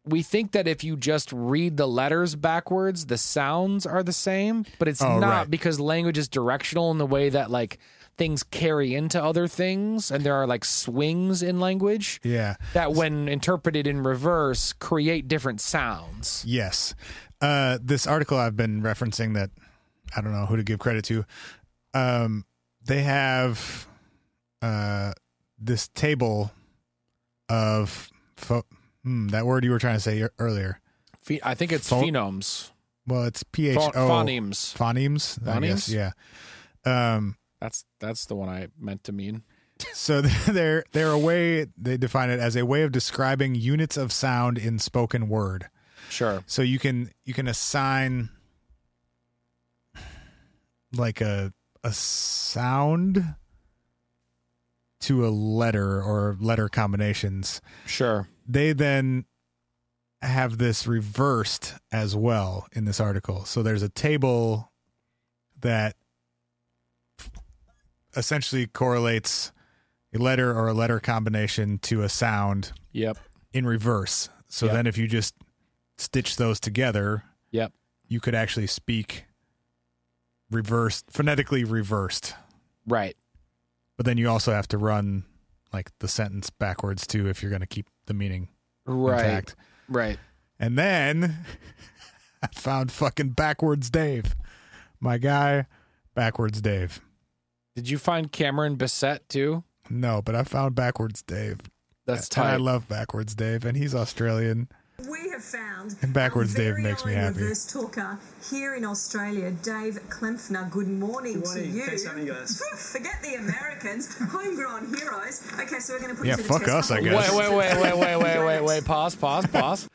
Speaker 2: we think that if you just read the letters backwards, the sounds are the same, but it's
Speaker 3: Oh,
Speaker 2: not
Speaker 3: right.
Speaker 2: because language is directional in the way that like things carry into other things and there are like swings in language
Speaker 3: Yeah.
Speaker 2: that when interpreted in reverse create different sounds.
Speaker 3: Yes. Uh, this article I've been referencing that I don't know who to give credit to. Um, they have uh, this table of pho- hmm, that word you were trying to say ear- earlier.
Speaker 2: Phe- I think it's
Speaker 3: Pho-
Speaker 2: phonemes.
Speaker 3: Well, it's P H
Speaker 2: Pho-
Speaker 3: O
Speaker 2: phonemes.
Speaker 3: Phonemes. I guess,
Speaker 2: Phonemes?
Speaker 3: Yeah. Um,
Speaker 2: That's that's the one I meant to mean.
Speaker 3: So they're they're a way they define it as a way of describing units of sound in spoken word.
Speaker 2: Sure.
Speaker 3: So you can you can assign like a a sound to a letter or letter combinations.
Speaker 2: Sure.
Speaker 3: They then have this reversed as well in this article. So there's a table that essentially correlates a letter or a letter combination to a sound
Speaker 2: Yep.
Speaker 3: in reverse. So
Speaker 2: Yeah.
Speaker 3: then if you just stitch those together,
Speaker 2: Yep.
Speaker 3: you could actually speak reversed, phonetically reversed.
Speaker 2: Right.
Speaker 3: But then you also have to run like the sentence backwards too if you're going to keep the meaning
Speaker 2: Right.
Speaker 3: intact.
Speaker 2: Right.
Speaker 3: And then I found fucking backwards Dave. My guy, backwards Dave.
Speaker 2: Did you find Cameron Bissett too?
Speaker 3: No, but I found backwards Dave.
Speaker 2: That's
Speaker 3: And I
Speaker 2: tight.
Speaker 3: love backwards Dave, and he's Australian.
Speaker 5: We have found
Speaker 3: And backwards
Speaker 5: our
Speaker 3: Dave
Speaker 5: very
Speaker 3: makes me
Speaker 5: own
Speaker 3: happy.
Speaker 5: Reverse talker here in Australia, Dave Klempfner. Good morning,
Speaker 7: morning.
Speaker 5: to you.
Speaker 7: Thanks for having me, guys.
Speaker 5: Forget the Americans, homegrown heroes. Okay, so we're going to put
Speaker 3: Yeah,
Speaker 5: you to the
Speaker 3: fuck
Speaker 5: test.
Speaker 3: us, I
Speaker 2: Wait,
Speaker 3: guess.
Speaker 2: wait, wait, wait, wait, wait, wait, wait. Pause, pause, pause.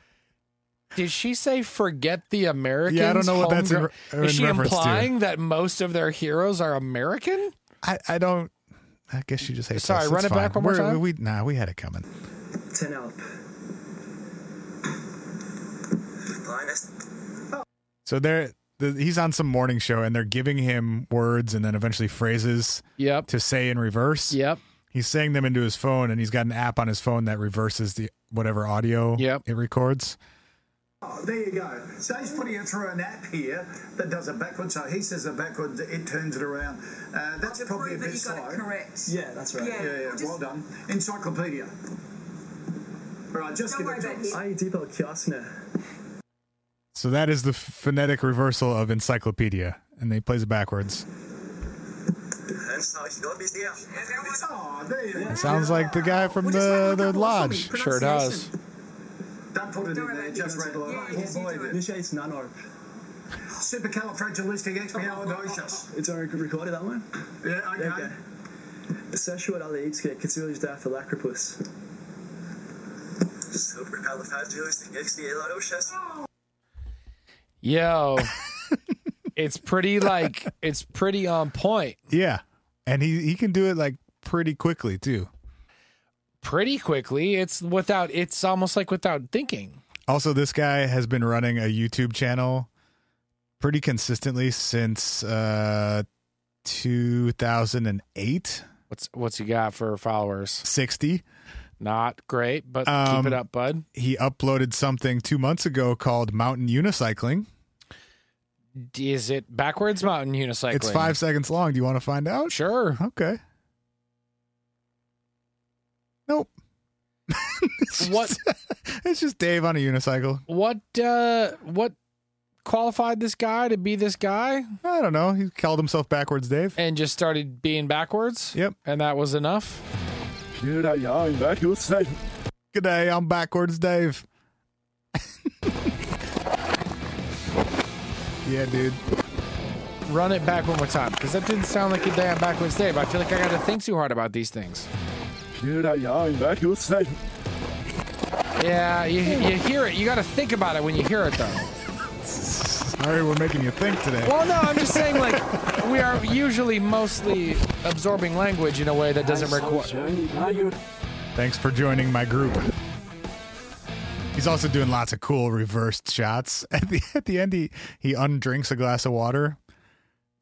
Speaker 2: Did she say forget the Americans?
Speaker 3: Yeah, I don't know what that's in
Speaker 2: homegr-
Speaker 3: re- in
Speaker 2: Is she
Speaker 3: reference to.
Speaker 2: implying that most of their heroes are American?
Speaker 3: I, I don't. I guess you just hate.
Speaker 2: Sorry,
Speaker 3: us.
Speaker 2: run
Speaker 3: It's
Speaker 2: it
Speaker 3: fine.
Speaker 2: back one more
Speaker 3: We're-
Speaker 2: time?
Speaker 3: We, nah, we had it coming.
Speaker 7: Ten up. Blindness.
Speaker 3: So they're the, he's on some morning show, and they're giving him words and then eventually phrases
Speaker 2: Yep.
Speaker 3: to say in reverse.
Speaker 2: Yep.
Speaker 3: He's saying them into his phone, and he's got an app on his phone that reverses the whatever audio
Speaker 2: Yep.
Speaker 3: it records.
Speaker 8: Oh, there you go. So he's putting it through an app here that does it backwards. So he says it backwards, it turns it around. Uh, that's
Speaker 5: To
Speaker 8: probably a
Speaker 5: prove that
Speaker 8: bit
Speaker 5: you got
Speaker 8: slow.
Speaker 5: it correct.
Speaker 7: Yeah, that's right.
Speaker 5: Yeah.
Speaker 8: Yeah, yeah,
Speaker 5: Just-
Speaker 8: well done. Encyclopedia. All right, just
Speaker 5: Don't
Speaker 8: give it
Speaker 5: worry
Speaker 8: to
Speaker 5: about
Speaker 8: us.
Speaker 5: it.
Speaker 7: I deep Kiosner.
Speaker 3: So that is the phonetic reversal of encyclopedia, and he plays it backwards.
Speaker 8: Oh, there you go.
Speaker 3: It sounds like the guy from
Speaker 5: Well, just write
Speaker 3: the the
Speaker 5: a couple of
Speaker 3: lodge.
Speaker 5: funny
Speaker 2: Sure does.
Speaker 8: Don't put it
Speaker 5: Don't
Speaker 8: in
Speaker 5: worry
Speaker 8: there,
Speaker 5: about
Speaker 8: just
Speaker 5: it.
Speaker 8: read
Speaker 5: Yeah, yeah,
Speaker 8: aloud.
Speaker 5: just do
Speaker 8: Avoid
Speaker 5: it.
Speaker 8: it.
Speaker 7: Initiates Nanorp.
Speaker 8: Supercalifragilisticexpialidocious.
Speaker 7: It's already recorded that one.
Speaker 8: Yeah, okay.
Speaker 7: Okay. Sexual Alexia Catsulius Daphilacropus. Supercalifragilisticexpialidocious.
Speaker 2: Yo. it's pretty like it's pretty on point.
Speaker 3: Yeah, and he he can do it like pretty quickly too.
Speaker 2: pretty quickly. It's without. It's almost like without thinking.
Speaker 3: Also, this guy has been running a YouTube channel pretty consistently since uh, 2008,
Speaker 2: What's what's he got for followers?
Speaker 3: 60.
Speaker 2: Not great, but
Speaker 3: Um,
Speaker 2: keep it up, bud.
Speaker 3: He uploaded something two months ago called Mountain Unicycling.
Speaker 2: D- Is it backwards mountain unicycling?
Speaker 3: It's five seconds long. Do you want to find out?
Speaker 2: Sure.
Speaker 3: Okay. Nope. It's
Speaker 2: What-
Speaker 3: just- it's just Dave on a unicycle.
Speaker 2: What uh what qualified this guy to be this guy
Speaker 3: I don't know. He called himself backwards Dave.
Speaker 2: and just started being backwards?
Speaker 3: Yep.
Speaker 2: And that was enough.
Speaker 3: Good day. I'm backwards Dave. yeah, dude.
Speaker 2: Run it back one more time because that didn't sound like a damn backwards Dave. I feel like I got to think too hard about these things. Yeah, you, you hear it. You got to think about it when you hear it, though.
Speaker 3: Sorry, we're making you think today.
Speaker 2: Well, no, I'm just saying, like, we are usually mostly absorbing language in a way that doesn't require.
Speaker 3: Thanks for joining my group. He's also doing lots of cool reversed shots. At the at the end, he he undrinks a glass of water,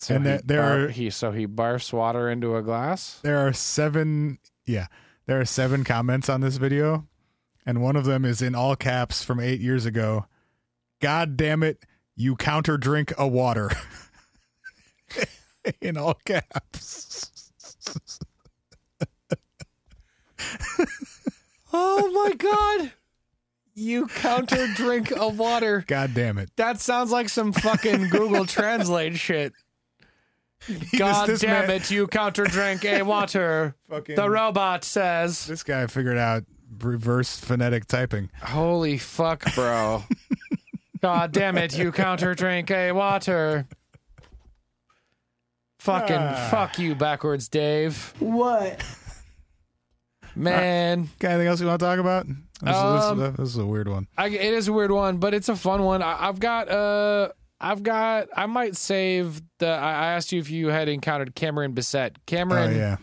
Speaker 3: and there, there are
Speaker 2: he so he barfs water into a glass.
Speaker 3: there are seven yeah there are seven comments on this video, and one of them is in all caps from eight years ago. God damn it, you counter drink a water. in all caps.
Speaker 2: Oh my god! You counter drink of water.
Speaker 3: God damn it.
Speaker 2: That sounds like some fucking Google Translate shit.
Speaker 3: He-
Speaker 2: God
Speaker 3: this- this
Speaker 2: damn
Speaker 3: man-
Speaker 2: it! You counter drink a water.
Speaker 3: Fucking-
Speaker 2: the robot says.
Speaker 3: This guy figured out reverse phonetic typing.
Speaker 2: Holy fuck, bro! God damn it! You counter drink a water. Fucking
Speaker 3: Ah.
Speaker 2: fuck you backwards, Dave.
Speaker 1: What?
Speaker 2: Man,
Speaker 3: Got anything else you want to talk about? This, this-
Speaker 2: Um,
Speaker 3: this is a weird one. Oh,
Speaker 2: I, it is a weird one, but it's a fun one. I, I've got uh, I've got. I might save the. I I asked you if you had encountered Cameron Bissett.
Speaker 3: Oh
Speaker 2: Cameron
Speaker 3: yeah,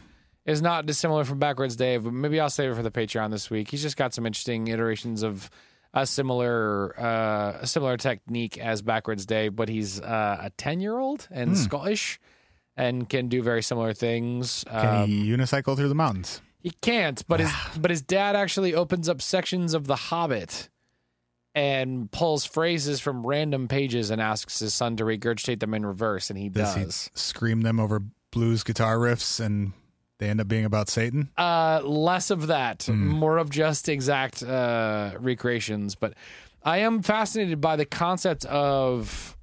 Speaker 2: is not dissimilar from Backwards Dave, but maybe I'll save it for the Patreon this week. He's just got some interesting iterations of a similar uh, a similar technique as Backwards Dave, but he's uh, a ten year old and
Speaker 3: Hmm.
Speaker 2: Scottish and can do very similar things.
Speaker 3: can
Speaker 2: Um,
Speaker 3: he unicycle through the mountains?
Speaker 2: he can't, but his but his dad actually opens up sections of The Hobbit and pulls phrases from random pages and asks his son to regurgitate them in reverse, and he
Speaker 3: Does,
Speaker 2: does.
Speaker 3: he scream them over blues guitar riffs and they end up being about Satan?
Speaker 2: uh less of that
Speaker 3: Hmm.
Speaker 2: more of just exact uh recreations but i am fascinated by the concept of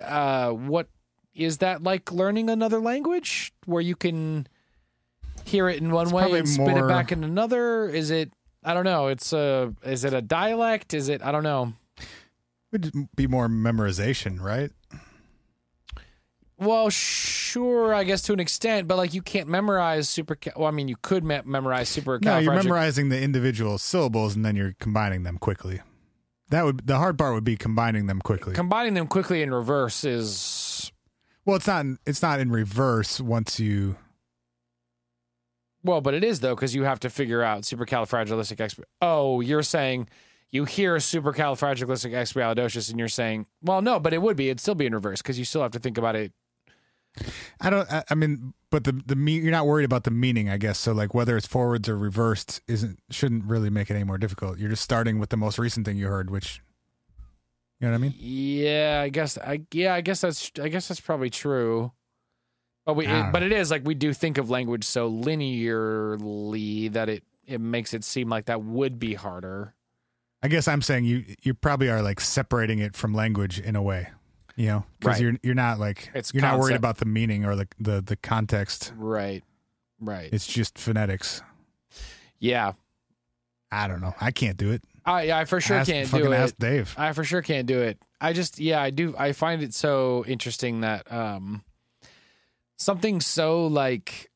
Speaker 2: uh what is that like learning another language where you can hear it in one way
Speaker 3: probably
Speaker 2: and spit it
Speaker 3: more-
Speaker 2: back in another is it i don't know it's a is it a dialect is it i don't know
Speaker 3: Would be more memorization, right?
Speaker 2: well sure i guess to an extent but like you can't memorize super well i mean you could me- memorize super
Speaker 3: No, you're memorizing the individual syllables and then you're combining them quickly. That would the hard part would be combining them quickly.
Speaker 2: combining them quickly in reverse is
Speaker 3: well, it's not in, it's not in reverse once you
Speaker 2: Well, but it is though because you have to figure out supercalifragilisticexp. Oh, you're saying you hear supercalifragilisticexpialidocious, and you're saying, well, no, but it would be. It'd still be in reverse because you still have to think about it.
Speaker 3: I don't. I, I mean, but the the me, you're not worried about the meaning, I guess. So like whether it's forwards or reversed isn't shouldn't really make it any more difficult. You're just starting with the most recent thing you heard, which you know what I mean.
Speaker 2: Yeah, I guess. I yeah, I guess that's. I guess that's probably true. But we,
Speaker 3: I don't know.
Speaker 2: but it is like we do think of language so linearly that it it makes it seem like that would be harder.
Speaker 3: I guess I'm saying you you probably are like separating it from language in a way, you know, because
Speaker 2: Right.
Speaker 3: you're you're not like
Speaker 2: It's
Speaker 3: you're not worried
Speaker 2: concept.
Speaker 3: about the meaning or the the the context.
Speaker 2: Right. Right.
Speaker 3: It's just phonetics.
Speaker 2: yeah.
Speaker 3: I don't know. I can't do it.
Speaker 2: I I for sure
Speaker 3: ask,
Speaker 2: can't
Speaker 3: fucking
Speaker 2: do it.
Speaker 3: ask Dave.
Speaker 2: I for sure can't do it. I just yeah, I do I find it so interesting that um something so like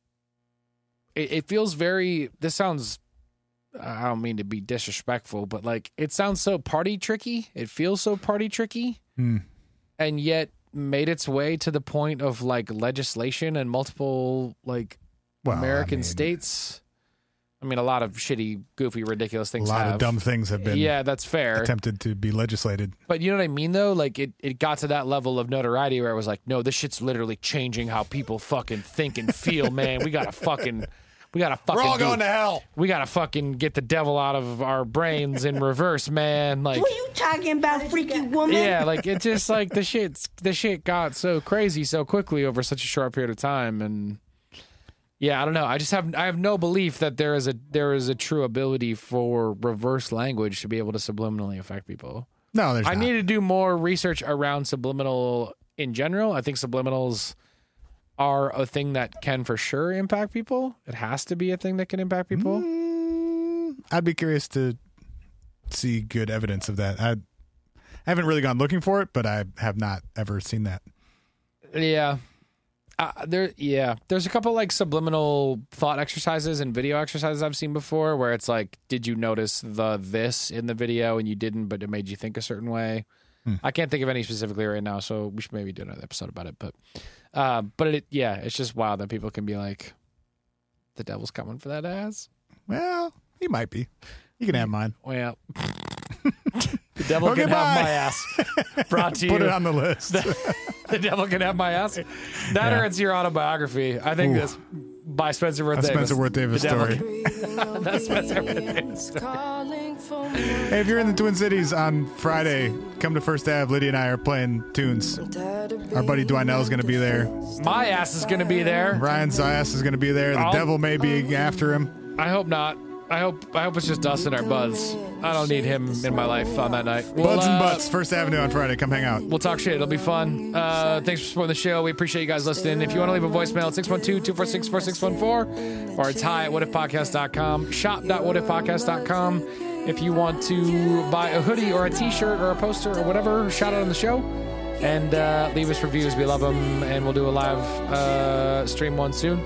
Speaker 2: it, it feels very this sounds I don't mean to be disrespectful, but like it sounds so party tricky. It feels so party tricky.
Speaker 3: Hmm.
Speaker 2: And yet made its way to the point of like legislation and multiple like
Speaker 3: Well, I
Speaker 2: American
Speaker 3: mean,
Speaker 2: states. I mean, a lot of shitty, goofy, ridiculous
Speaker 3: A
Speaker 2: things.
Speaker 3: lot
Speaker 2: have.
Speaker 3: of dumb things have been
Speaker 2: Yeah, that's fair.
Speaker 3: attempted to be legislated.
Speaker 2: But you know what I mean, though. Like it, it got to that level of notoriety where I was like, no, this shit's literally changing how people fucking think and feel, man. We gotta fucking, we gotta fucking. do-
Speaker 3: hell.
Speaker 2: We gotta fucking get the devil out of our brains in reverse, man. Like.
Speaker 1: What are you talking about, freaky woman?
Speaker 2: Yeah, like it just like the shit the shit got so crazy so quickly over such a short period of time and yeah, I don't know. I just have I have no belief that there is a there is a true ability for reverse language to be able to subliminally affect people.
Speaker 3: No, there's
Speaker 2: I
Speaker 3: not.
Speaker 2: need to do more research around subliminal in general. I think subliminals are a thing that can for sure impact people. It has to be a thing that can impact people.
Speaker 3: I'd be curious to see good evidence of that. I, I haven't really gone looking for it, but I have not ever seen that.
Speaker 2: Yeah. Uh, there, yeah. There's a couple like subliminal thought exercises and video exercises I've seen before, where it's like, did you notice the this in the video and you didn't, but it made you think a certain way.
Speaker 3: Hmm.
Speaker 2: I can't think of any specifically right now, so we should maybe do another episode about it. But, uh, but it, yeah, it's just wild that people can be like, the devil's coming for that ass.
Speaker 3: Well, you might be. You can have mine.
Speaker 2: Well, the devil
Speaker 3: Okay,
Speaker 2: can have
Speaker 3: bye.
Speaker 2: my ass. Brought to
Speaker 3: Put
Speaker 2: you.
Speaker 3: it on the list.
Speaker 2: the devil can have my ass. That or it's your autobiography. I think this by Spencer Worth.
Speaker 3: That's
Speaker 2: Davis.
Speaker 3: Spencer Worth Davis
Speaker 2: The devil
Speaker 3: story.
Speaker 2: That's Spencer Worth Davis.
Speaker 3: Hey, if you're in the Twin Cities on Friday, come to First Ave. Lydia and I are playing tunes. Our buddy Dwynell is going to be there.
Speaker 2: My ass is gonna be there.
Speaker 3: Ryan Zayas is going to be there. The
Speaker 2: I'll-
Speaker 3: devil may be after him.
Speaker 2: I hope not. I hope I hope it's just us and our buds. I don't need him in my life on that night. We'll,
Speaker 3: Buds and
Speaker 2: uh,
Speaker 3: Butts, First Avenue on Friday. Come hang out.
Speaker 2: We'll talk shit. It'll be fun. Uh, thanks for supporting the show. We appreciate you guys listening. If you want to leave a voicemail, it's 612-246-4614 or it's hi at whatifpodcast.com, shop.whatifpodcast.com. If you want to buy a hoodie or a t-shirt or a poster or whatever, shout out on the show. And uh, leave us reviews. We love them. And we'll do a live uh, stream one soon.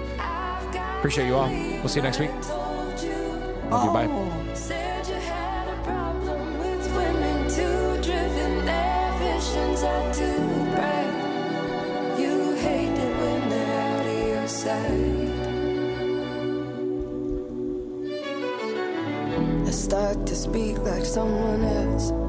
Speaker 2: Appreciate you all. We'll see you next week. Love you. Bye.
Speaker 1: Oh.
Speaker 9: Said you had a problem with women too, driven their visions are too bright. You hate it when they're out of your sight. I start to speak like someone else.